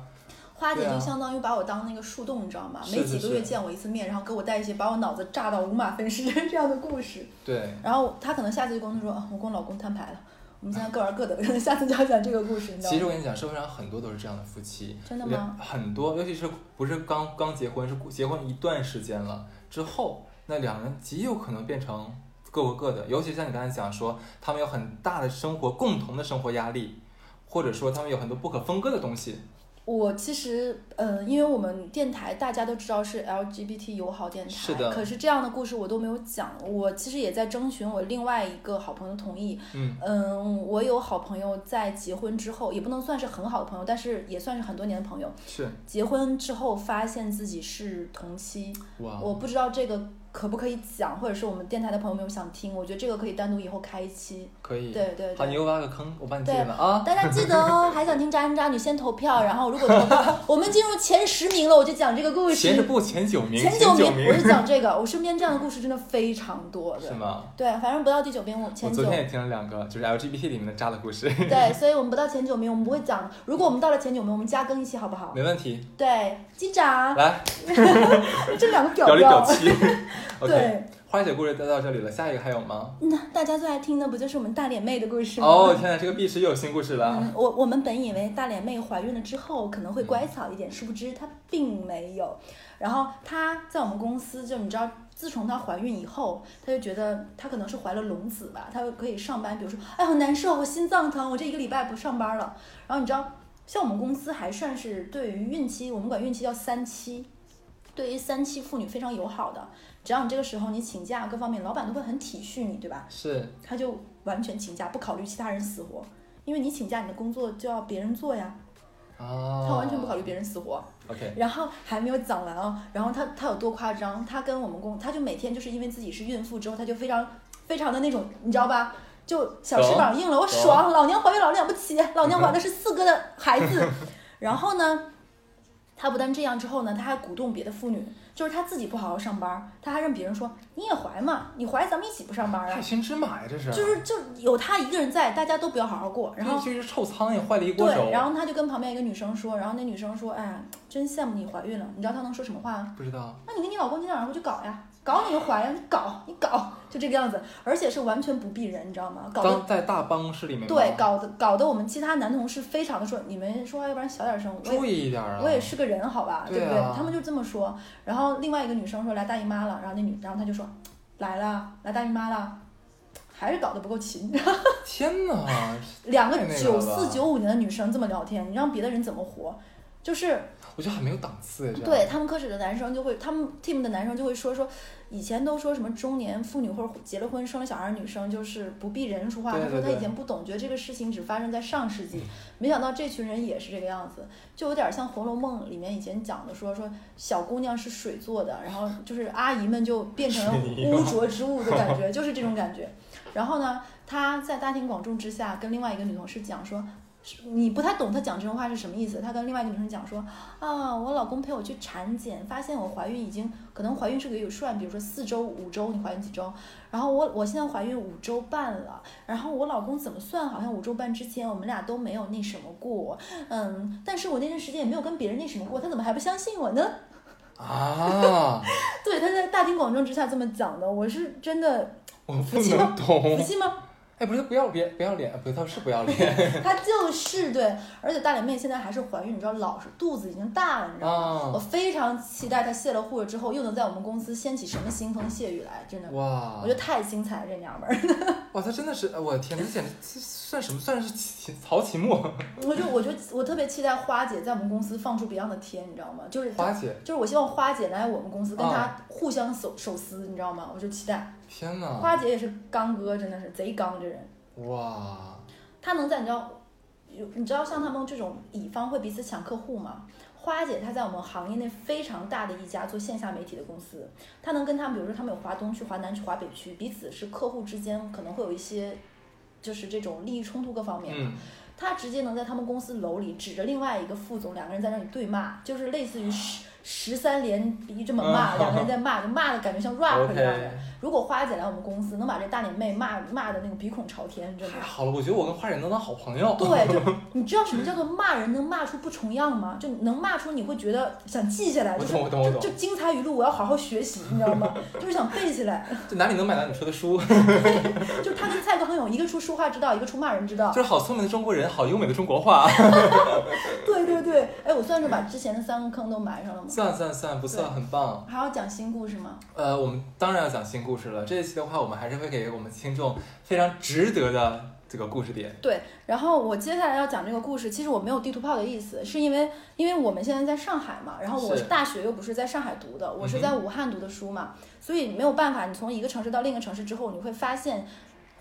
花姐对啊就相当于把我当那个树洞，你知道吗？是每几是个月是见我一次面，然后给我带一些把我脑子炸到五马分尸这样的 故事。对，然后她可能下次就跟我说：“啊，我跟我老公摊牌了，我们现在各玩各的。”可 能下次就要讲这个故事，你知道其吗实？我跟你讲，社会上很多都是这样的夫妻，真的吗？很多，尤其是不是刚刚结婚，是结婚一段时间了之后，那两人极有可能变成各过各的。尤其像你刚才讲说，他们有很大的生活共同的生活压力，或者说他们有很多不可分割的东西。我其实，呃，因为我们电台大家都知道是 LGBT 友好电台，是的可是这样的故事我都没有讲。我其实也在征询我另外一个好朋友的同意。嗯嗯，我有好朋友在结婚之后，也不能算是很好的朋友，但是也算是很多年的朋友。是结婚之后发现自己是同妻，哇，我不知道这个可不可以讲，或者是我们电台的朋友没有想听，我觉得这个可以单独以后开一期。可以。对对嗯好，对你。又挖个坑，我帮你记对着呢啊。大家记得哦，还想听渣男渣女先投票，然后如果 投票，我们进入前十名了，我就讲这个故事。前十不前九名，前九九名，我就讲这个。我身边这样的故事真的非常多 是的。吗？对，反正不到第九名，我我前昨九。天也听了两个，就是 LGBT 里面的渣的故事， 对，所以我们不到前九名，我们不会讲。如果我们到了前九名，我们加更一期好不好？没问 题。对，击掌。来，这两个表表里表 气。OK，对，花姐故事就到这里了，下一个还有吗？那大家最爱听的不就是我们大脸妹的故事吗？哦，天哪，这个必池又有新故事了。嗯，我我们本以为大脸妹怀孕了之后可能会乖巧一点，殊不知她并没有。然后她在我们公司，就你知道，自从她怀孕以后，她就觉得她可能是怀了龙子吧，她可以上班。比如说，哎，好难受，我心脏疼，我这一个礼拜不上班了。然后你知道，像我们公司还算是对于孕期，我们管孕期叫三期，对于三期妇女非常友好的。只要你这个时候你请假各方面，老板都会很体恤你，对吧？是，他就完全请假，不考虑其他人死活，因为你请假，你的工作就要别人做呀，哦，他完全不考虑别人死活。 OK，然后还没有讲完哦，然后他他有多夸张？他跟我们公，他就每天就是因为自己是孕妇之后，他就非常非常的那种，你知道吧？就小翅膀硬了，我爽，老娘怀孕老了不起，老娘怀的是四哥的孩子。然后呢，他不但这样之后呢，他还鼓动别的妇女，就是他自己不好好上班，他还让别人说你也怀嘛，你怀咱们一起不上班啊害。心之马呀，这是。就是就有他一个人在，大家都不要好好过。然后这是臭苍蝇坏了一锅对，粥。然后他就跟旁边一个女生说，然后那女生说，哎呀，真羡慕你怀孕了。你知道他能说什么话啊？不知道，那你跟你老公今天晚上回去搞呀，搞你就怀呀，你搞你搞，就这个样子，而且是完全不避人，你知道吗？搞得当在大办公室里面吗，对，搞得搞得我们其他男同事非常的说，你们说话要不然小点声，我也注意一点啊。我也是个人，好吧，对啊不对？他们就这么说。然后另外一个女生说来大姨妈了，然后那女，然后她就说来了，来大姨妈了，还是搞得不够勤。天哪，两个太那九个了四吧九五年的女生这么聊天，你让别的人怎么活？就是我觉得很没有档次呀。这样对他们科室的男生就会，他们 team 的男生就会说说，以前都说什么中年妇女或者结了婚生了小孩的女生就是不避人说话，对他对说他对以前不懂，觉得这个事情只发生在上世 纪，没想到这群人也是这个样子，就有点像《红楼梦》里面以前讲的说说小姑娘是水做的，然后就是阿姨们就变成了水泥污浊之物的感觉，就是这种感觉。然后呢，他在大庭广众之下跟另外一个女同事讲说。是你不太懂他讲这种话是什么意思。他跟另外一个女生讲说，啊，我老公陪我去产检，发现我怀孕已经可能怀孕是个有算，比如说四周、五周，你怀孕几周？然后我我现在怀孕五周半了，然后我老公怎么算，好像五周半之前我们俩都没有那什么过，嗯，但是我那段时间也没有跟别人那什么过，他怎么还不相信我呢？ 啊，对，他在大庭广众之下这么讲的，我是真的我不气吗能懂不。信吗？ 哎，不是不要脸，不要脸，不是是不要脸 她就是对，而且大脸妹现在还是怀孕，你知道老实，肚子已经大了，你知道吗？啊！我非常期待她卸了护了之后，又能在我们公司掀起什么腥风血雨来，真的，哇我觉得太精彩了，这娘们儿。 哇，他真的是，哎我的天，这简直这算什么？算是秦曹秦末我就我就我特别期待花姐在我们公司放出 Beyond 的天，你知道吗？就是她花姐，就是我希望花姐来我们公司跟她啊互相手手撕，你知道吗？我就期待。天哪，花姐也是刚哥，真的是贼刚这人，哇，她能在你知道，有你知道像他们这种乙方会彼此抢客户吗？花姐她在我们行业内非常大的一家做线下媒体的公司，她能跟他们，比如说他们有华东区、华南区、华北区，彼此是客户之间可能会有一些，就是这种利益冲突各方面嘛。嗯，他直接能在他们公司楼里指着另外一个副总，两个人在那里对骂，就是类似于十十三连鼻这么骂，嗯两个人在骂，就骂的感 觉像 rap 一样的 OK。如果花姐来我们公司，能把这大脸妹骂骂的那个鼻孔朝天，真的 太。好了，我觉得我跟花姐能当好朋 友。对，就你知道什么叫做骂人能骂出不重样吗？就能骂出你会觉得想记下来，我就是懂我懂我就懂就精彩语录，我要好好学习，你知道吗？ 就是想背起来。 这哪里能买到你说的书？ 就是他跟蔡康永，一个出说话之道，一个出骂人之道就。是好聪明的中国人，好优美的中国话。 对对对，哎，我算是把之前的三个坑都埋上了吗？算算算，不算很棒。还要讲新故事吗？呃，我们当然要讲新故事了。这一期的话，我们还是会给我们听众非常值得的这个故事点。对，然后我接下来要讲这个故事，其实我没有地图炮的意思，是因为因为我们现在在上海嘛，然后我是是大学又不是在上海读的，我嗯是哼在武汉读的书嘛，所以没有办法，你从一个城市到另一个城市之后，你会发现。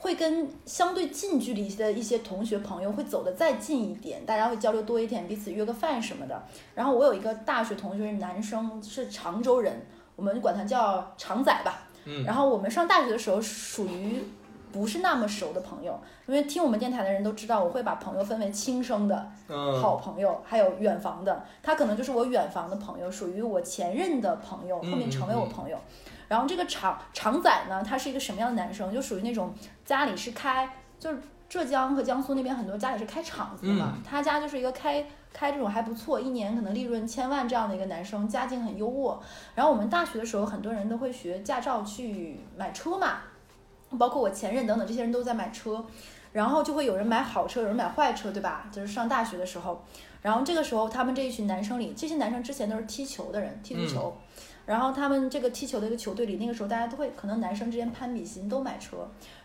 会跟相对近距离的一些同学朋友会走得再近一点，大家会交流多一点，彼此约个饭什么的。然后我有一个大学同学是男生，是常州人，我们管他叫常仔吧。嗯然后我们上大学的时候属于不是那么熟的朋友，因为听我们电台的人都知道，我会把朋友分为亲生的嗯，好朋友，还有远房的。他可能就是我远房的朋友，属于我前任的朋友，后嗯面成为我朋友。然后这个常常仔呢，他是一个什么样的男生？就属于那种家里是开，就是浙江和江苏那边很多家里是开厂子的嘛，嗯他家就是一个开开这种还不错，一年可能利润千万这样的一个男生，家境很优渥。然后我们大学的时候，很多人都会学驾照去买车嘛，包括我前任等等，这些人都在买车，然后就会有人买好车，有人买坏车，对吧？就是上大学的时候，然后这个时候他们这一群男生里，这些男生之前都是踢球的人，踢足球。然后他们这个踢球的一个球队里，那个时候大家都会可能男生之间攀比心，都买车。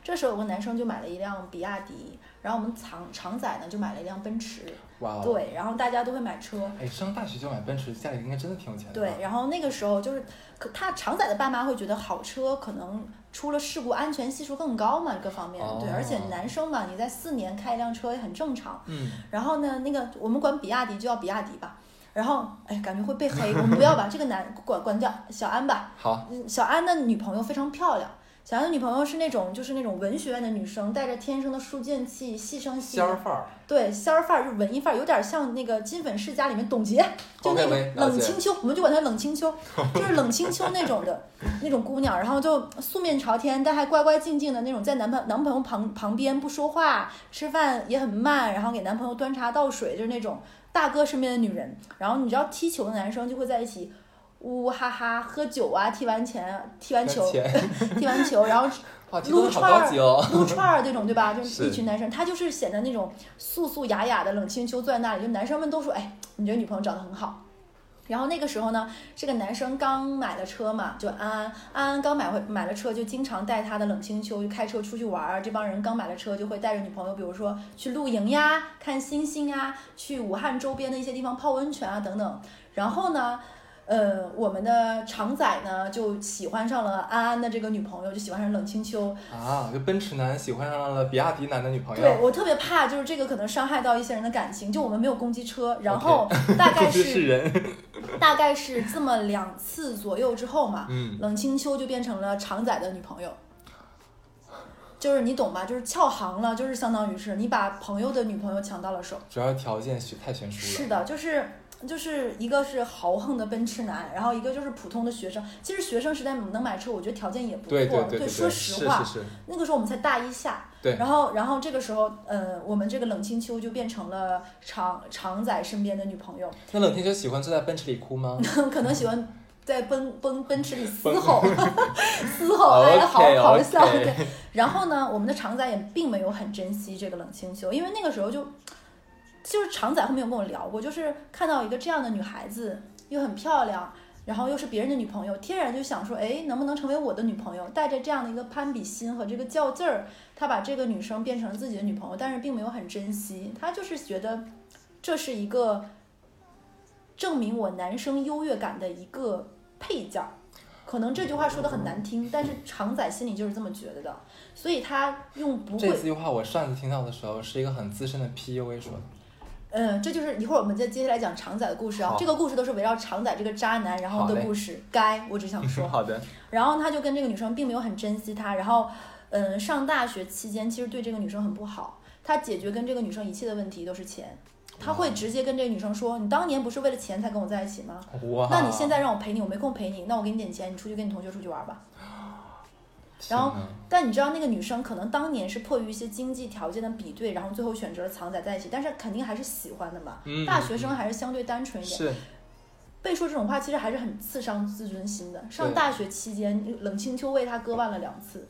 这时候有个男生就买了一辆比亚迪，然后我们常常仔呢就买了一辆奔驰，哇哦，对，然后大家都会买车。哎，上大学就买奔驰，家里应该真的挺有钱的吧。啊对，然后那个时候就是，可他常仔的爸妈会觉得好车可能出了事故安全系数更高嘛，各方面、对，哦而且男生嘛，你在四年开一辆车也很正常。嗯，然后呢，那个我们管比亚迪就叫比亚迪吧，然后哎，感觉会 被黑，我们不要吧，这个男管管叫小安吧。好，小安的女朋友非常漂亮，小杨的女朋友是那种就是那种文学院的女生，带着天生的书卷气、细声细仙儿范儿，对仙儿范儿，就是文艺范儿，有点像那个《金粉世家》里面董洁，就那 OK，种了解冷清秋，我们就管她冷清秋，就是冷清秋那种的那种姑娘，然后就素面朝天，但还乖乖静静的那种，在男朋男朋友旁旁边不说话，吃饭也很慢，然后给男朋友端茶倒水，就是那种大哥身边的女人。然后你知道踢球的男生就会在一起。呜呜哈哈，喝酒啊！踢完钱，踢完球，钱， 踢完球，然后哇，这都好高级哦。 撸串儿这种，对吧？就是是一群男生，他就是显得那种素素雅雅的冷清秋坐在那里，就男生们都说，哎，你这女朋友长得很好。然后那个时候呢，这个男生刚买了车嘛，就安安安安刚买回买了车，就经常带他的冷清秋就开车出去玩儿。这帮人刚买了车，就会带着女朋友，比如说去露营呀、看星星啊、去武汉周边的一些地方泡温泉啊等等。然后呢，呃，我们的常仔呢就喜欢上了安安的这个女朋友，就喜欢上冷清秋。啊，就奔驰男喜欢上了比亚迪男的女朋对友，我特别怕，就是这个可能伤害到一些人的感情。就我们没有攻击车，然后 大概不是知是人，大概是这么两次左右之后嘛，嗯，冷清秋就变成了常仔的女朋友。就是你懂吧？就是翘行了，就是相当于是你把朋友的女朋友抢到了手。主要是条件学太悬殊是了，的，就是就是一个是豪横的奔驰男，然后一个就是普通的学生。其实学生时代能买车，我觉得条件也不错。对对对对，说是实话，是是，那个时候我们才大一下，对然后，然后这个时候，呃，我们这个冷清秋就变成了常常仔身边的女朋友， 那冷天秋喜欢坐在奔驰里哭吗？可能喜欢在奔奔奔驰里嘶 吼，嘶吼， OK，哎，嚎 OK 咆哮。对，然后呢，我们的常仔也并没有很珍惜这个冷清秋，因为那个时候就就是常仔后面有跟我聊过，就是看到一个这样的女孩子，又很漂亮。然后又是别人的女朋友，天然就想说，哎，能不能成为我的女朋友？带着这样的一个攀比心和这个较劲儿，他把这个女生变成了自己的女朋友，但是并没有很珍惜，他就是觉得这是一个证明我男生优越感的一个配件儿。可能这句话说的很难听，但是常仔心里就是这么觉得的，所以他用不会这句话我上次听到的时候，是一个很资深的 PUA 说的。嗯，这就是一会儿我们再接下来讲常仔的故事啊好。这个故事都是围绕常仔这个渣男然后好的嘞故事。该，我只想啊 说。好的，然后他就跟这个女生并没有很珍惜她，然后，嗯，上大学期间其实对这个女生很不好。他解决跟这个女生一切的问题都是钱，他哦会直接跟这个女生说：“你当年不是为了钱才跟我在一起吗？哇，那你现在让我陪你，我没空陪你，那我给你点钱，你出去跟你同学出去玩吧。”天哪，然后但你知道那个女生可能当年是迫于一些经济条件的比对，然后最后选择了藏仔在一起，但是肯定还是喜欢的嘛。嗯大学生还是相对单纯一点，是被说这种话其实还是很刺伤自尊心的。上对大学期间，冷清秋为他割腕了两 次，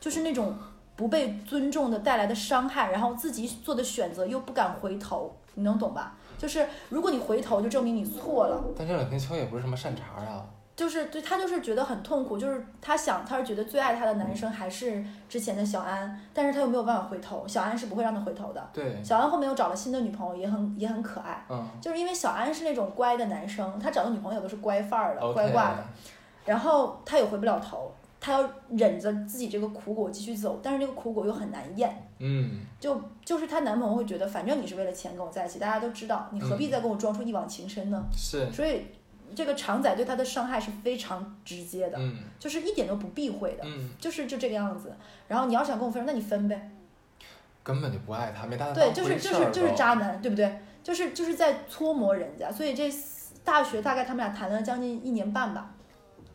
就是那种不被尊重的带来的伤害，然后自己做的选择又不敢回头，你能懂吧？就是如果你回头，就证明你错了。但这冷天秋也不是什么善茬啊，就是对他就是觉得很痛苦，就是他想他是觉得最爱他的男生还是之前的小安，但是他又没有办法回头，小安是不会让他回头的。对，小安后面又找了新的女朋友，也很也很可爱，嗯就是因为小安是那种乖的男生，他找的女朋友都是乖范儿的、 ，OK，乖挂的，然后他也回不了头，他要忍着自己这个苦果继续走，但是这个苦果又很难咽，嗯，就就是她男朋友会觉得，反正你是为了钱跟我在一起，大家都知道，你何嗯必再跟我装出一往情深呢？是，所以这个常仔对他的伤害是非常直接的。嗯就是一点都不避讳的，嗯，就是就这个样子。然后你要想跟我分手，那你分呗。根本就不爱他，没把他对，当就是回就事儿是就是都渣男，对不对？就是就是在搓磨人家。所以这大学大概他们俩谈了将近一年半吧，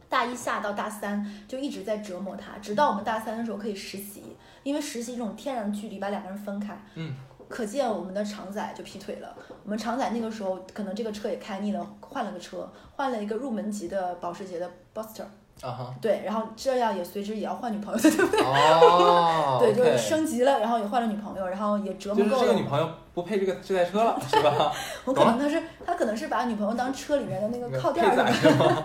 大一下到大三就一直在折磨他，直到我们大三的时候可以实习，因为实习这种天然距离把两个人分开。嗯。可见我们的常仔就劈腿了。我们常仔那个时候可能这个车也开腻了，换了个车，换了一个入门级的保时捷的 Boxster，啊 哈，对，然后这样也随之也要换女朋友，对不对？，哦 对，就是 OK 升级了，然后也换了女朋友，然后也折就磨是够这个女了。朋友不配这个这台车了， 是吧？我可能他是他可能是把女朋友当车里面的那个靠垫啊配儿，仔是 吗？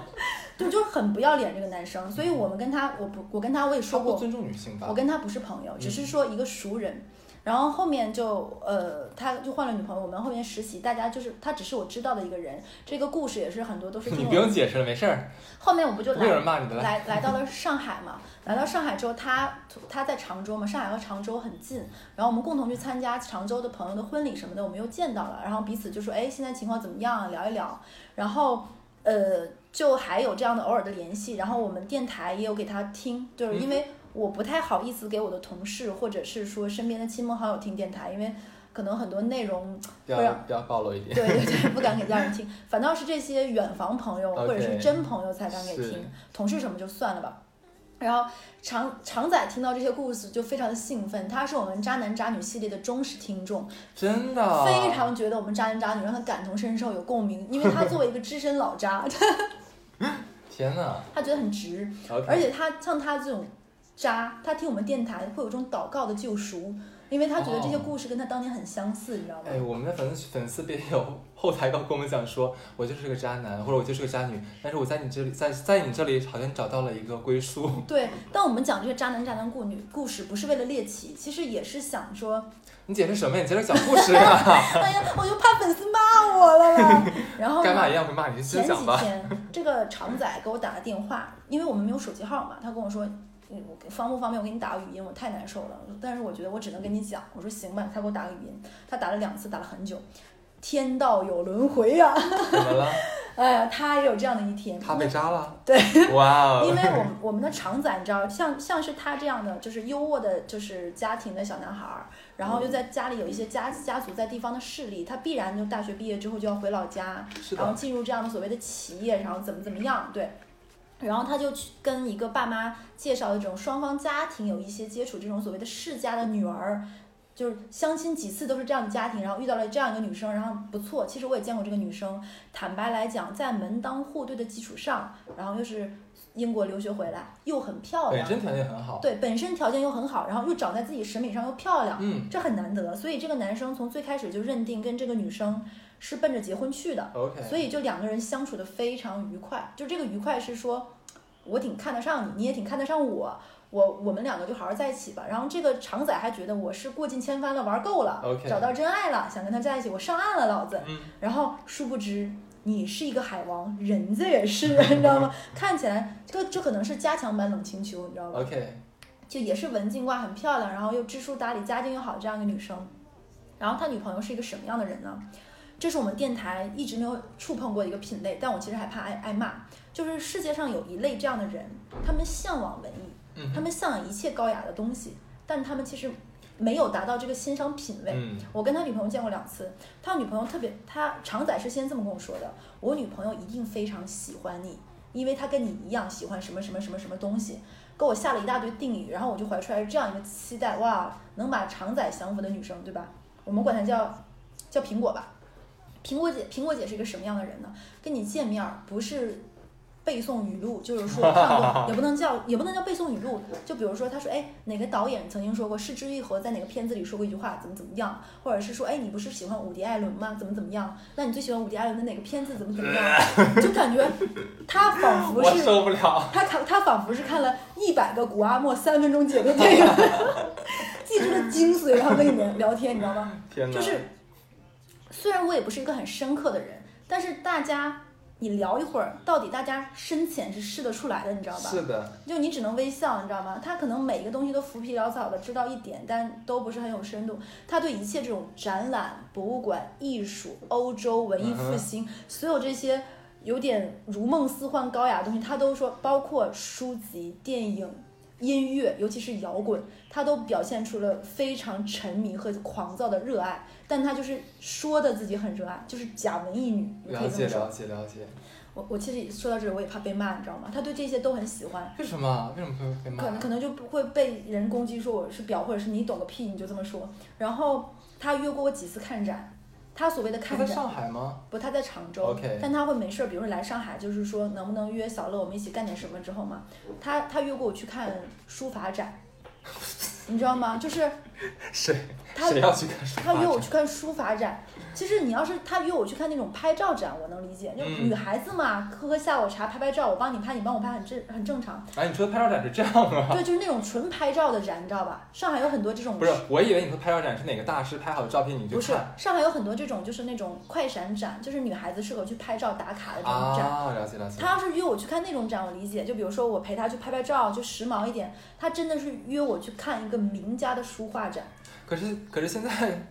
对，就是很不要脸这个男生。所以我们跟他，我不，我跟他我也他说不过，尊重女性吧嗯我？跟他不是朋友，只是说一个熟人。然后后面就呃，他就换了女朋友，我们后面实习，大家就是他只是我知道的一个人。这个故事也是很多都是你听不我。用解释了，没事儿，后面我们就不会有来人骂你的了。来来到了上海嘛，来到上海之后，他他在常州嘛，上海和常州很近，然后我们共同去参加常州的朋友的婚礼什么的，我们又见到了，然后彼此就说，哎，现在情况怎么样啊？聊一聊，然后呃，就还有这样的偶尔的联系，然后我们电台也有给他听，就是因为我不太好意思给我的同事或者是说身边的亲朋好友听电台，因为可能很多内容比会较让比较暴露一点。对 对对不敢给家人听，反倒是这些远房朋友 OK 或者是真朋友才敢给是听，同事什么就算了吧。然后常常仔听到这些故事就非常的兴奋，他是我们渣男渣女系列的忠实听众，真的非常觉得我们渣男渣女让他感同身受有共鸣，因为他作为一个资深老渣， 天哪他觉得很值。 ，OK，而且他像他这种渣，他听我们电台会有一种祷告的救赎，因为他觉得这些哦故事跟他当年很相似，你知道吗？哎，我们的粉丝粉丝别有后台告跟我们讲说，我就是个渣男，或者我就是个渣女，但是我在你这里，在在你这里好像找到了一个归宿，对，但我们讲这些渣男渣男故女故事，不是为了猎奇，其实也是想说，你解释什么呀？你接着讲故事啊， 哎呀，我就怕粉丝骂我了啦。然 后呢该骂一样会骂，你就接哦前着讲几吧。天这个常仔给我打了电话，因为我们没有手机号嘛，他跟我说。嗯我方不方便我给你打个语音？我太难受了，但是我觉得我只能跟你讲。我说行吧，他给我打个语音，他打了两次，打了很久。天道有轮回呀、怎么了？ 哎呀，他也有这样的一天。他被渣了？ 对，哇因哦，为我们我们的常仔，你知道，像像是他这样的，就是优渥的，就是家庭的小男孩儿，然后又在家里有一些家家族在地方的势力，他必然就大学毕业之后就要回老家，是然后的，进入这样的所谓的企业，然后怎么怎么样，对。然后他就去跟一个爸妈介绍的这种双方家庭有一些接触，这种所谓的世家的女儿，就是相亲几次都是这样的家庭，然后遇到了这样一个女生，然后不错。其实我也见过这个女生，坦白来讲，在门当户对的基础上，然后又是英国留学回来，又很漂本亮，身条件很好，对，本身条件又很好，然后又长在自己审美上又漂亮，嗯这很难得。所以这个男生从最开始就认定跟这个女生是奔着结婚去的。 ，OK，所以就两个人相处的非常愉快。就这个愉快是说，我挺看得上你，你也挺看得上我，我我们两个就好好在一起吧。然后这个常仔还觉得我是过尽千帆了，玩够了 OK 找到真爱了，想跟他在一起，我上岸了，老子。嗯然后殊不知。你是一个海王，人家 也是，你知道吗？看起来这这可能是加强版冷清秋，你知道吗？ ，OK，就也是文静挂很漂亮，然后又知书达理、家境又好这样一个女生。然后她女朋友是一个什么样的人呢？这是我们电台一直没有触碰过的一个品类，但我其实还怕挨挨骂。就是世界上有一类这样的人，他们向往文艺，嗯他们向往一切高雅的东西，但他们其实没有达到这个欣赏品味。嗯，我跟他女朋友见过两次，他女朋友特别，他常仔是先这么跟我说的：我女朋友一定非常喜欢你，因为她跟你一样喜欢什么什么什么什么东西，给我下了一大堆定语，然后我就怀出来这样一个期待，哇，能把常仔降服的女生，对吧？我们管她叫叫苹果吧。苹果姐，苹果姐是一个什么样的人呢？跟你见面儿不是背诵语录，就是说我看过，也不能叫也不能叫背诵语录。就比如说，他说，哎，哪个导演曾经说过，是枝裕和在哪个片子里说过一句话，怎么怎么样，或者是说，哎，你不是喜欢伍迪·艾伦吗？怎么怎么样？那你最喜欢伍迪·艾伦的哪个片子？怎么怎么样？ 就感觉他仿佛我是受不了，他看他仿佛是看了一百个古阿莫三分钟解决这个， 记住了精髓，然后跟你们聊天，你知道吗？天哪，就是虽然我也不是一个很深刻的人，但是大家你聊一会儿，到底大家深浅是试得出来的，你知道吧？是的，就你只能微笑，你知道吗？他可能每一个东西都浮皮潦草的知道一点，但都不是很有深度。他对一切这种展览、博物馆、艺术、欧洲文艺嗯复兴，所有这些有点如梦似幻、高雅的东西，他都说，包括书籍、电影、音乐，尤其是摇滚，他都表现出了非常沉迷和狂躁的热爱。但他就是说的自己很热爱，就是假文艺女，你可了以这解么说。了解了解，我我其实说到这里，我也怕被骂，你知道吗？他对这些都很喜欢。为什么为什么会被骂可？能可能就不会被人攻击说我是婊，或者是你懂个屁，你就这么说。然后他约过我几次看展，他所谓的他看在展，上海吗？不，他在常州 OK 但他会没事儿，比如说来上海，就是说能不能约小乐我们一起干点什么之后嘛，他他约过我去看书法展，你知道吗？就是 谁他谁要去看书法他展？约我去看书法展，其实你要是他约我去看那种拍照展，我能理解，就嗯女孩子嘛，喝喝下午茶，拍拍照，我帮你拍，你帮我拍，很正很正常。哎，你说的拍照展是这样吗？ 对，就是那种纯拍照的展，你知道吧？上海有很多这种不是，我以为你说拍照展是哪个大师拍好的照片你就不是看上海有很多这种就是那种快闪展，就是女孩子适合去拍照打卡的这种展。啊，了解了解他。要是约我去看那种展，我理解。就比如说我陪他去拍拍照，就时髦一点。他真的是约我去看一个名家的书画展，可是可是现 在，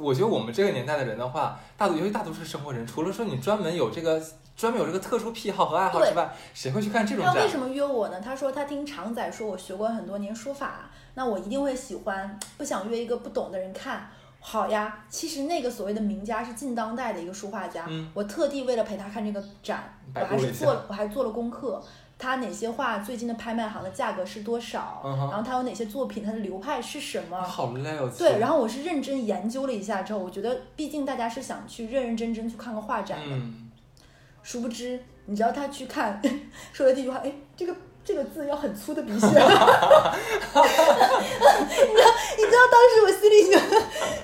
我觉得我们这个年代的人的话，大多尤其大多数生活人，除了说你专门有这个专门有这个特殊癖好和爱好之外，谁会去看这种他展为？什么约我呢？他说他听常仔说我学过很多年书法，啊那我一定会喜欢，不想约一个不懂的人看。好呀，其实那个所谓的名家是近当代的一个书画家，嗯我特地为了陪他看这个展，我百度还了是一下做我还做了功课，他哪些画最近的拍卖行的价格是多少，嗯哼然后他有哪些作品，他的流派是什么，啊好累哦。对，后然后我是认真研究了一下之后，我觉得毕竟大家是想去认认真真去看个画展的，嗯， 殊不知你知道他去看 说的第一句话，哎，这个这个字要很粗的笔 写，你知道你知道当时我心里就，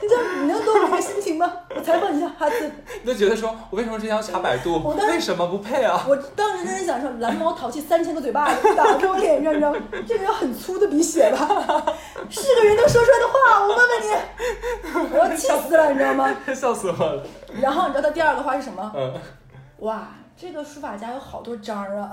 你知道你能懂我这个心情吗？我采访一下哈字，你就觉得说我为什么之前要查百度我当，时为什么不配啊？ 我当时真的想说，蓝猫淘气三千个嘴巴子打在我脸上，你知道吗？这个要很粗的笔写吧，是个人能说出来的话，我问问你，我要气死了，你知道吗？笑死我了。然后你知道他第二个话是什么？嗯，哇，这个书法家有好多章 儿啊！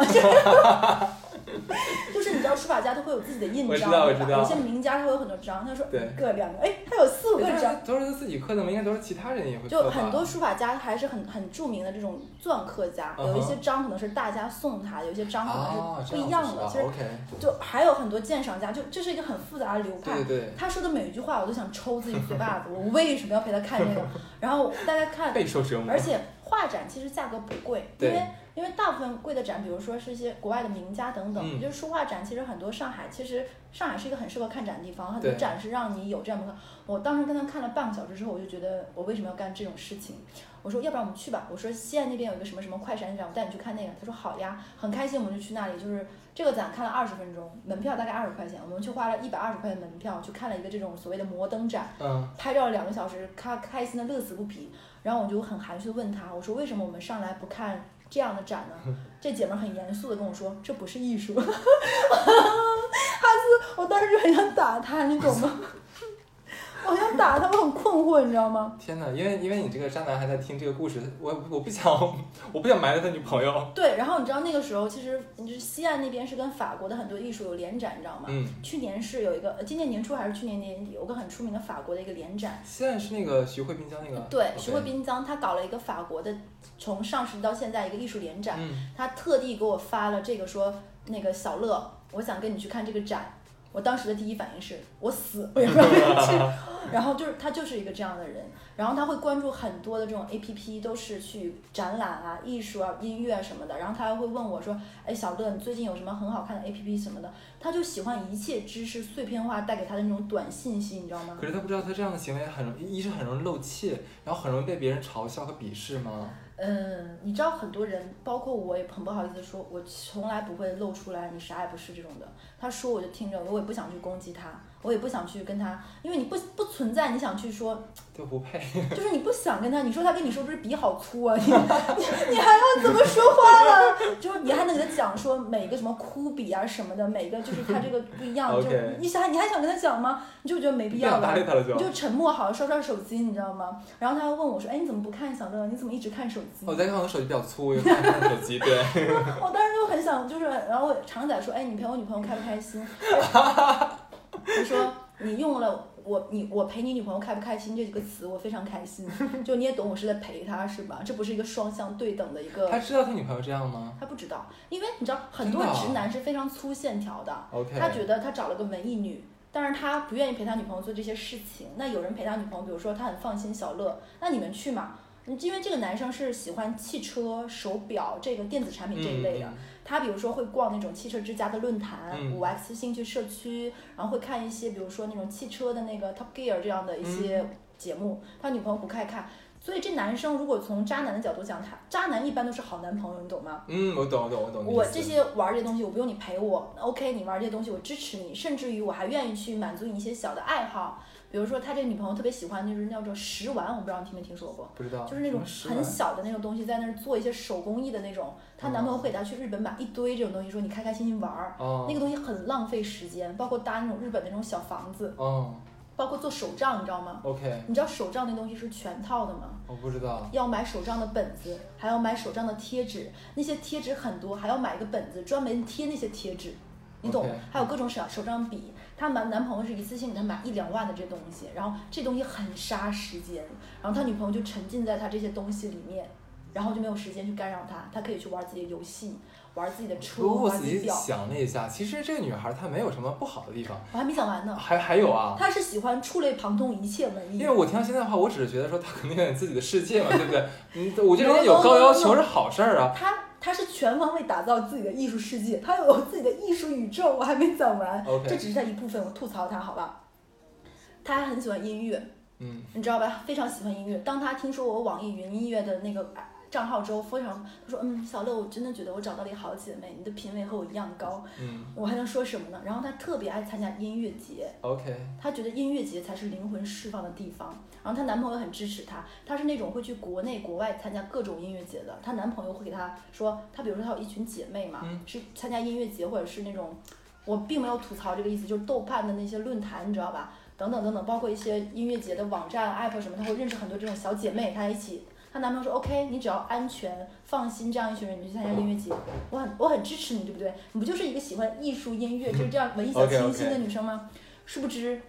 就是你知道书法家他会有自己的印我知章，道我对吧知道有些名家他会有很多章，他说对一个两个，哎，他有四五个章。都是自己刻的吗？应该都是其他人也会刻就吧？很多书法家还是很很著名的这种篆刻家，有一嗯哼些章可能是大家送他的，有一些章可能啊，是这不一样样子的。是其吧实 OK，就还有很多鉴赏家，就这是一个很复杂的流派。对对对，他说的每一句话，我都想抽自己嘴巴子。我为什么要陪他看 这个？然后大家看备受折磨而。且画展其实价格不贵，对因为因为大部分贵的展，比如说是一些国外的名家等等，嗯就是书画展，其实很多上海，其实上海是一个很适合看展的地方，很多对展是让你有这样的。我当时跟他看了半个小时之后，我就觉得我为什么要干这种事情？我说要不然我们去吧，我说西安那边有一个什么什么快闪展，我带你去看那个。他说好呀，很开心，我们就去那里，就是这个展看了二十分钟，门票大概二十块钱，我们就花了一百二十块钱门票去看了一个这种所谓的摩登展。嗯，拍照了两个小时，他开心的乐此不疲。然后我就很含蓄地问他，我说为什么我们上来不看这样的展呢？这姐们儿很严肃的跟我说，这不是艺术。 哈斯，我当时就很想打他，你懂吗？我想打他，我很困惑，你知道吗？天哪，因为因为你这个渣男还在听这个故事，我我不想 我不想埋汰他女朋友。对，然后你知道那个时候，其实就是西岸那边是跟法国的很多艺术有联展，你知道吗？嗯，去年是有一个，呃今年年初还是去年年底，有个很出名的法国的一个联展，现在是那个徐汇滨江那个。对， OK 徐汇。滨江他搞了一个法国的，从上世纪到现在一个艺术联展，嗯，他特地给我发了这个说那个小乐，我想跟你去看这个展。我当时的第一反应是我死，我也不要去。 然后就是他就是一个这样的人，然后他会关注很多的这种 A P P，都是去展览啊、艺术啊、音乐啊什么的。然后他还会问我说：“哎，小乐，你最近有什么很好看的 A P P 什么的？”他就喜欢一切知识碎片化带给他的那种短信息，你知道吗？可是他不知道他这样的行为很容一是很容易露怯，然后很容易被别人嘲笑和鄙视吗？嗯，你知道很多人，包括我也很不好意思说，我从来不会露出来你啥也不是这种的。他说我就听着，我也不想去攻击他，我也不想去跟他，因为你不不存在你想去说，就不 配。就是你不想跟他，你说他跟你说这笔好粗啊，你你你还要怎么说话了？ 就是你还能给他讲说每个什么枯笔啊什么的，每个就是他这个不一样，就 OK 你想你还想跟他讲吗？你就觉得没必要不想搭了理。他了就哦你。就沉默好，刷刷手机，你知道吗？然后他还问我说：“哎，你怎么不看小乐？你怎么一直看手机？”我在看我的手机比较粗，我有看看手机。 对，我当时就很想，就是，然后我常仔说，哎，你陪我女朋友开不开心？ 我说你用了我你我陪你女朋友开不开心这几个词，我非常开心。 就你也懂我是在陪她是吧？这不是一个双向对等的一个他。知道他女朋友这样吗他不知道，因为你知道很多真的啊直男是非常粗线条的， ？OK。他觉得他找了个文艺女，但是他不愿意陪他女朋友做这些事情。那有人陪他女朋友，比如说他很放心小乐，那你们去嘛。嗯因为这个男生是喜欢汽车、手表这个电子产品这一类的，嗯他比如说会逛那种汽车之家的论坛、嗯五 X 兴趣社区，然后会看一些比如说那种汽车的那个 Top Gear 这样的一些嗯节目。他女朋友不爱看，所以这男生如果从渣男的角度讲，他渣男一般都是好男朋友，你懂吗？嗯，我懂，我懂，我懂。我这，些玩儿这些东西，我不用你陪我，OK，你玩儿这些东西，我支持你，甚至于我还愿意去满足你一些小的爱好，比如说他这个女朋友特别喜欢就是那种食玩，我不知道你听没听说过，不知道。就是那种什么很十万小的那种东西，在那儿做一些手工艺的那种，她男朋友会给她去日本买一堆这种东西，说你开开心心玩儿，哦，那个东西很浪费时间，包括搭那种日本那种小房子，哦包括做手账，你知道吗？ ，OK，你知道手账那东西是全套的吗？我不知道。要买手账的本子，还要买手账的贴纸，那些贴纸很多，还要买一个本子专门贴那些贴纸，你懂吗嗯 OK 还有各种手手账笔，她男男朋友是一次性给她买一两万的这东西，然后这东西很杀时间，然后她女朋友就沉浸在她这些东西里面，然后就没有时间去干扰他，他可以去玩自己的游戏，玩自己的车，不过我玩仔自己细表。想了一下，其实这个女孩她没有什么不好的地方，我还没讲完呢，还还有啊，他是喜欢触类旁通一切文艺因为，我听到现在的话，我只是觉得说她可能有点自己的世界嘛，对不 对？嗯，我觉得人家有高要求是好事儿啊。他他是全方位打造自己的艺术世界，他有自己的艺术宇宙。我还没讲完 OK 这只是他一部分，我吐槽他好吧。他还很喜欢音乐，嗯，你知道吧？非常喜欢音乐。当他听说我网易云音乐的那个账号之后，非常他说：“嗯，小乐，我真的觉得我找到了一个好姐妹，你的品味和我一样高。”嗯，我还能说什么呢？然后他特别爱参加音乐节， OK，她觉得音乐节才是灵魂释放的地方。然后她男朋友很支持她，她是那种会去国内国外参加各种音乐节的。她男朋友会给她说，她比如说她有一群姐妹嘛，嗯是参加音乐节或者是那种，我并没有吐槽这个意思，就是豆瓣的那些论坛，你知道吧？等等等等，包括一些音乐节的网站、app 啊什么，她会认识很多这种小姐妹，她一起。她男朋友说：“OK，你只要安全、放心，这样一群人你就去参加音乐节，我很我很支持你，对不对？你不就是一个喜欢艺术、音乐，就是这样文艺小 OK，OK 清新的女生吗？殊不知，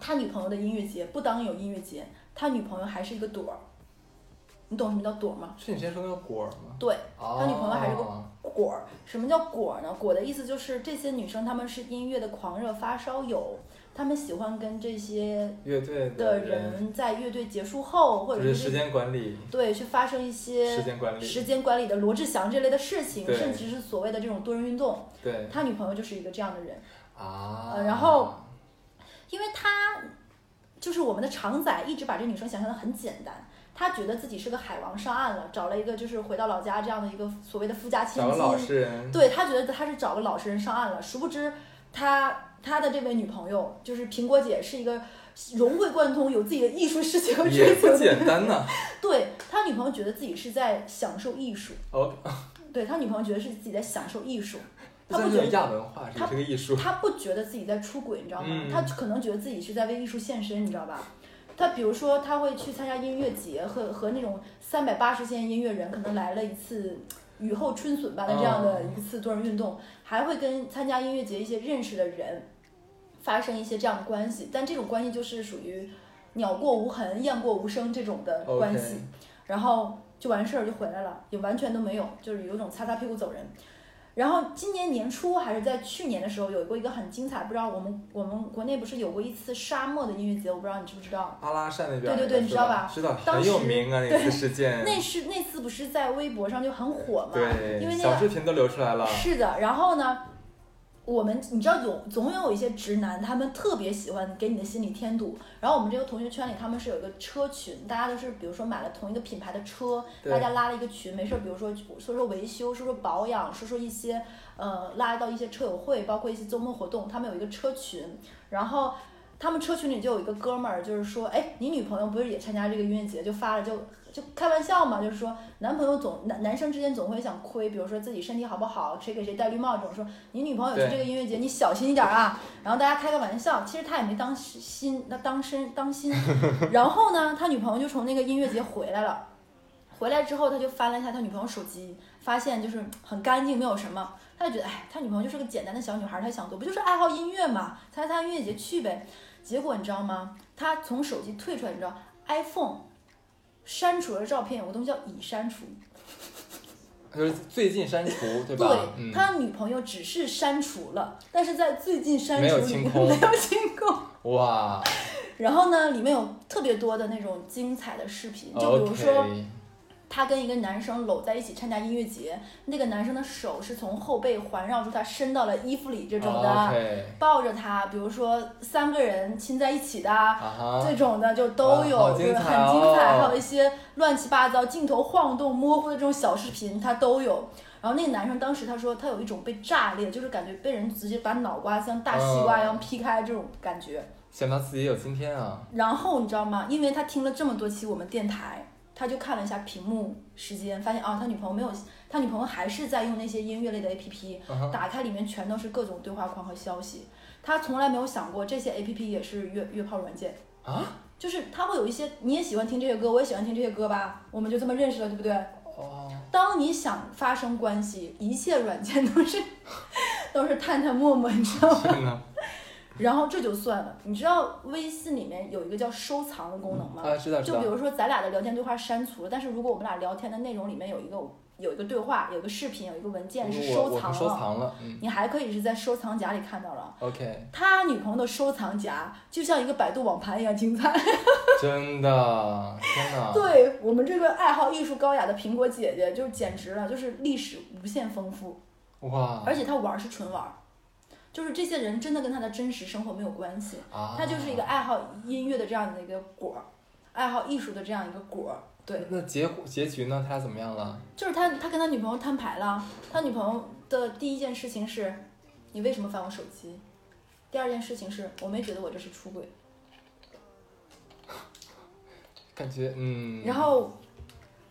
他女朋友的音乐节不当有音乐节，他女朋友还是一个朵儿。你懂什么叫朵儿吗？是你之前说那个果儿吗？对，哦，他女朋友还是个果儿。什么叫果儿呢？果儿的意思就是这些女生她们是音乐的狂热发烧友，她们喜欢跟这些乐队的，人在乐队结束后，或就者是是时间管理，对去发生一时些间管理，时间管理的罗志祥这类的事情，对甚至是所谓的这种多人运动。对他女朋友就是一个这样的人。啊呃，然后因为他就是我们的常仔，一直把这女生想象的很简单，他觉得自己是个海王上岸了，找了一个就是回到老家这样的一个所谓的富家千找个老金，实人，对他觉得他是找个老实人上岸了，殊不知他他的这位女朋友就是苹果姐是一个融会贯通、有自己的艺术世界和也追求不的，简单呐。对他女朋友觉得自己是在享受艺术， OK，对他女朋友觉得是自己在享受艺术，他像不这觉种得亚文化是他这个艺术，他不觉得自己在出轨，你知道吗？嗯他可能觉得自己是在为艺术献身，你知道吧？他比如说，他会去参加音乐节，和和那种三百八十线音乐人可能来了一次雨后春笋般的这样的嗯一次多人运动，还会跟参加音乐节一些认识的人发生一些这样的关系，但这种关系就是属于鸟过无痕、雁过无声这种的关系 OK 然后就完事儿就回来了，也完全都没有，就是有一种擦擦屁股走人。然后今年年初还是在去年的时候，有过一个很精彩，不知道我们我们国内不是有过一次沙漠的音乐节，我不知道你知不知道。阿拉善那边儿那个是，对对对你知道吧知道当很有时名啊，那对次事件，那是那次不是在微博上就很火嘛？对，因为那小个视频都流出来了，是的。然后呢，我们你知道有总有一些直男，他们特别喜欢给你的心理添堵。然后我们这个同学圈里，他们是有一个车群，大家都是比如说买了同一个品牌的车，对大家拉了一个群，没事儿，比如说说说维修，说说保养，说说一些呃拉到一些车友会，包括一些周末活动，他们有一个车群，然后。他们车群里就有一个哥们儿，就是说，哎，你女朋友不是也参加这个音乐节，就发了就就开玩笑嘛，就是说男朋友总男男生之间总会想亏，比如说自己身体好不好，谁给谁戴绿帽这种，说你女朋友去对这个音乐节，你小心一点啊。然后大家开个玩笑，其实他也没当心，那当身当心。然后呢，他女朋友就从那个音乐节回来了。回来之后，他就翻了一下他女朋友手机，发现就是很干净，没有什么。他就觉得，哎，他女朋友就是个简单的小女孩，她想多，不就是爱好音乐嘛，参加参加音乐节去呗。结果你知道吗？他从手机退出来，你知道，iPhone 删除了照片，有个东西叫已删除。就是最近删 除，对吧？嗯，他女朋友只是删除了，但是在最近删除没有里清面空没有清空。哇然后呢，里面有特别多的那种精彩的视频，就比如说。 ，OK，她跟一个男生搂在一起参加音乐节，那个男生的手是从后背环绕住她，伸到了衣服里这种的，哦 OK，抱着她，比如说三个人亲在一起的，啊哈，这种的就都有，哇好就精是彩很精彩，哦还有一些乱七八糟镜头晃动、模糊的这种小视频，他都有。然后那个男生当时他说他有一种被炸裂，就是感觉被人直接把脑瓜像大西瓜一样劈开这种感觉。想到自己有今天啊，然后你知道吗？因为他听了这么多期我们电台，他就看了一下屏幕时间，发现啊，他女朋友没有，他女朋友还是在用那些音乐类的 APP，、嗯哼打开里面全都是各种对话框和消息。他从来没有想过这些 APP 也是约约炮软件啊，就是他会有一些你也喜欢听这些歌，我也喜欢听这些歌吧，我们就这么认识了，对不对？哦，当你想发生 关 系，一切软件都是都是探探陌陌，你知道吗？真的，然后这就算了，你知道微信里面有一个叫收藏的功能吗？啊，知道知就道比，如说咱俩的聊天对话删除了，但是如果我们俩聊天的内容里面有一个有一个对话、有一个视频、有一个文件是我收我藏不了，收藏了，嗯你还可以是在收藏夹里看到了。 ，OK，他女朋友的收藏夹就像一个百度网盘一样精彩。真的，天哪，对我们这个爱好艺术高雅的苹果姐姐，就是简直了，就是历史无限丰富，哇，而且她玩儿是纯玩儿，就是这些人真的跟她的真实生活没有关系，啊，她就是一个爱好音乐的这样的一个果儿，爱好艺术的这样一个果儿。对，那结结局呢？他俩怎么样了？就是他，他跟他女朋友摊牌了，他女朋友的第一件事情是，你为什么翻我手机？第二件事情是我没觉得我这是出轨，感觉嗯，然后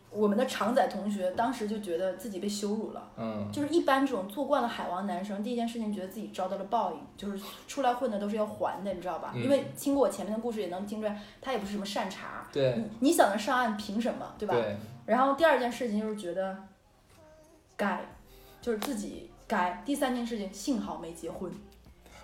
我们的常仔同学当时就觉得自己被羞辱了。嗯，就是一般这种做惯了海王男生，第一件事情觉得自己遭到了报应，就是出来混的都是要还的，你知道吧？嗯因为经过我前面的故事也能听出来，他也不是什么善茬。对你你想着上岸，凭什么，对吧？对，然后第二件事情就是觉得该，就是自己该。第三件事情，幸好没结婚。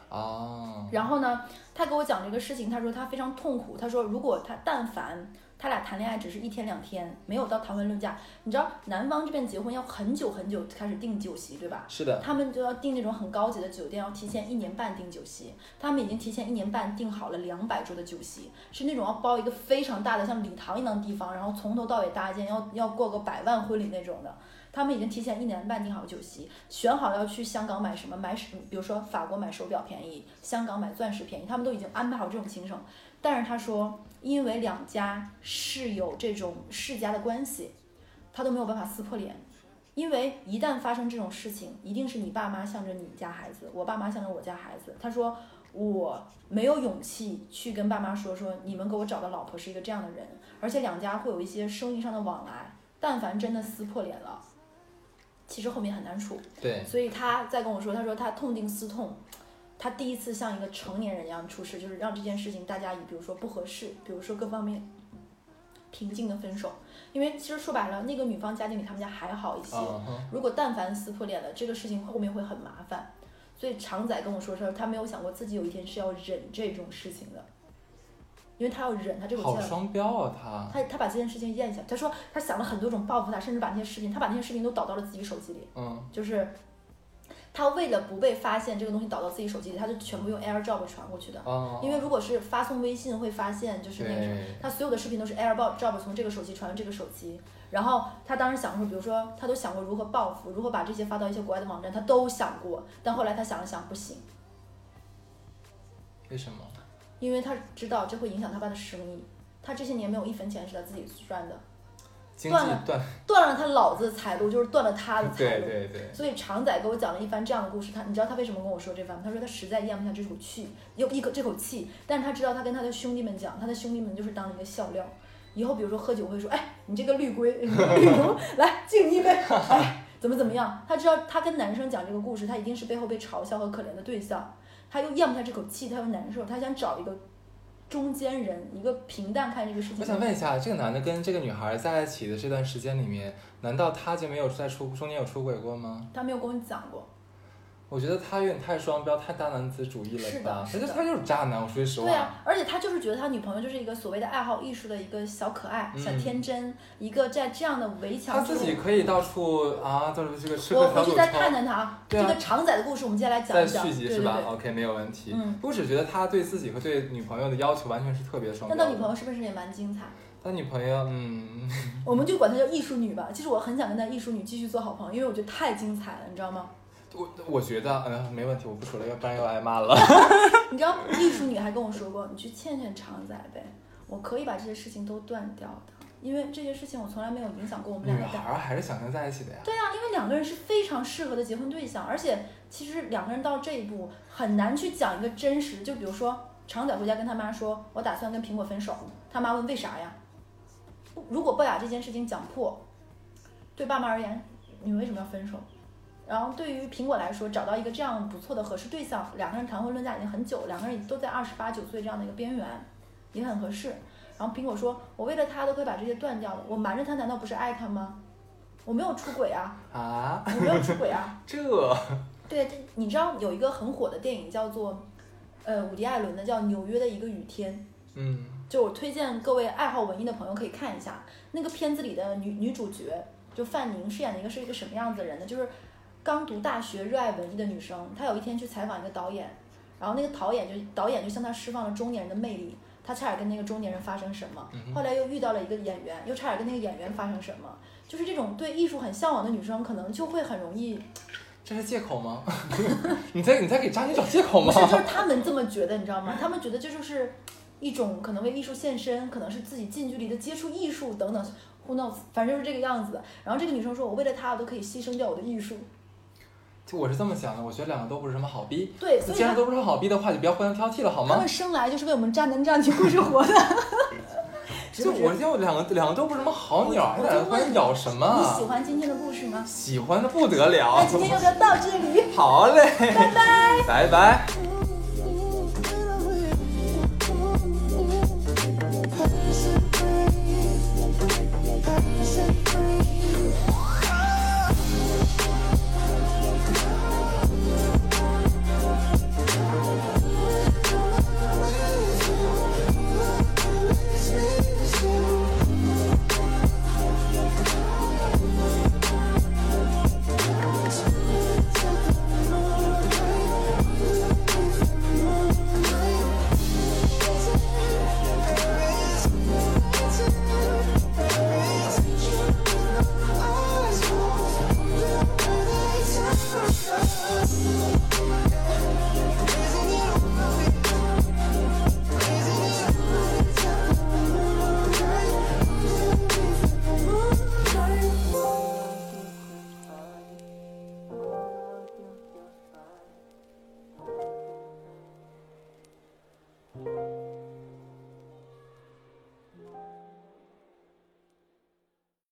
啊，然后呢，他给我讲这个事情，他说他非常痛苦。他说，如果他但凡他俩谈恋爱只是一天两天，没有到谈婚论嫁，你知道南方这边结婚要很久很久开始订酒席，对吧？是的，他们就要订那种很高级的酒店，要提前一年半订酒席。他们已经提前一年半订好了两百桌的酒席，是那种要包一个非常大的像礼堂一样的地方，然后从头到尾搭建，要要过个百万婚礼那种的。他们已经提前一年半订好酒席，选好要去香港买什么，买什比如说法国买手表便宜，香港买钻石便宜，他们都已经安排好这种行程。但是他说，因为两家是有这种世家的关系，他都没有办法撕破脸。因为一旦发生这种事情，一定是你爸妈向着你家孩子，我爸妈向着我家孩子。他说我没有勇气去跟爸妈说说，你们给我找的老婆是一个这样的人，而且两家会有一些生意上的往来。但凡真的撕破脸了，其实后面很难处。对，所以他在跟我说，他说他痛定思痛，他第一次像一个成年人一样处事，就是让这件事情大家以比如说不合适，比如说各方面平静的分手。因为其实说白了，那个女方家境比他们家还好一些，嗯哼，如果但凡撕破脸了，这个事情后面会很麻烦。所以常仔跟我说说，他没有想过自己有一天是要忍这种事情的，因为他要忍，他这口气好要双标啊，他，他他把这件事情咽下，他说他想了很多种报复他，甚至把那些视频，他把那些视频都导到了自己手机里，嗯，就是他为了不被发现这个东西导到自己手机里，他就全部用 AirDrop 传过去的。啊，因为如果是发送微信会发现，就是那个什么，对，他所有的视频都是 AirDrop 从这个手机传到这个手机。然后他当时想说，比如说他都想过如何报复，如何把这些发到一些国外的网站，他都想过。但后来他想了想，不行，为什么？因为他知道这会影响他爸的生意。他这些年没有一分钱是他自己赚的，经断济了断，断了他老子的财路，就是断了他的财对路。对对，所以常仔给我讲了一番这样的故事，他你知道他为什么跟我说这番吗？他说他实在咽不下这口气，有一口这口气，但是他知道他跟他的兄弟们讲，他的兄弟们就是当一个笑料。以后比如说喝酒会说，哎，你这个绿龟， 你这个绿龙，来敬你一杯，哎，怎么怎么样？他知道他跟男生讲这个故事，他一定是背后被嘲笑和可怜的对象，他又咽不下这口气，他又难受，他想找一个中间人，一个平淡看这个事情。我想问一下，这个男的跟这个女孩在一起的这段时间里面，难道他就没有在出中间有出轨过吗？他没有跟我讲过，我觉得他有点太双标，太大男子主义了是吧的？他是就的他就是渣男，我说句实对话。啊，而且他就是觉得他女朋友就是一个所谓的爱好艺术的一个小可爱、嗯小天真，一个在这样的围他墙之自己中。可以到处啊，到处这个吃喝我嫖回赌抽去再，探探他啊，对啊这个常仔的故事，我们接下来讲在一讲。续集对是对吧哦对。 ？OK，没有问题。嗯我只觉得他对自己和对女朋友的要求完全是特别双那标。他女朋友，是不是也蛮精彩？他女朋友，嗯，我们就管她叫艺术女吧。其实我很想跟她艺术女继续做好朋友，因为我觉得太精彩了，你知道吗？ 我我觉得，嗯，没问题，我不说了，要不然又挨 骂了。你知道艺术女还跟我说过，你去劝劝常仔呗，我可以把这些事情都断掉的，因为这些事情我从来没有影响过我们女俩的感孩儿还是想跟在一起的呀。对啊，因为两个人是非常适合的结婚对象，而且其实两个人到这一步很难去讲一个真实。就比如说，常仔回家跟他妈说：“我打算跟苹果分手。”他妈问：“为啥呀？”不如果不把这件事情讲破，对爸妈而言，你为什么要分手？然后对于苹果来说，找到一个这样不错的合适对象，两个人谈婚论嫁已经很久，两个人都在二十八九岁这样的一个边缘，也很合适。然后苹果说：“我为了他都可以把这些断掉了，我瞒着他难道不是爱他吗？我没有出轨啊。”啊，我没有出轨啊。这对，这你知道有一个很火的电影叫做呃伍迪·艾伦的叫《纽约的一个雨天》，嗯就我推荐各位爱好文艺的朋友可以看一下那个片子里的女女主角，就范宁饰演的一个是一个什么样子的人呢？就是刚读大学、热爱文艺的女生。她有一天去采访一个导演，然后那个导演就导演就向她释放了中年人的魅力，她差点跟那个中年人发生什么。嗯哼后来又遇到了一个演员，又差点跟那个演员发生什么。就是这种对艺术很向往的女生，可能就会很容易，这是借口吗？ 你在你在给渣女找借口不吗是？就是她们这么觉得，你知道吗？她们觉得这就是一种可能为艺术献身，可能是自己近距离的接触艺术等等，who knows，反正就是这个样子的。然后这个女生说：“我为了她，我都可以牺牲掉我的艺术。 就我是这么想的，我觉得两个都不是什么好逼”。对，所以既然她都不是好逼的话，就不要互相挑剔了，好她吗们？生来就是为我们站男站女故 事活的。值就不值我就两个两个都不是什么好鸟，还我就在互问相你咬什么你喜啊？欢今天的故事吗？喜欢的不得那了。今天就聊到这里，好嘞，拜拜。 拜拜。嗯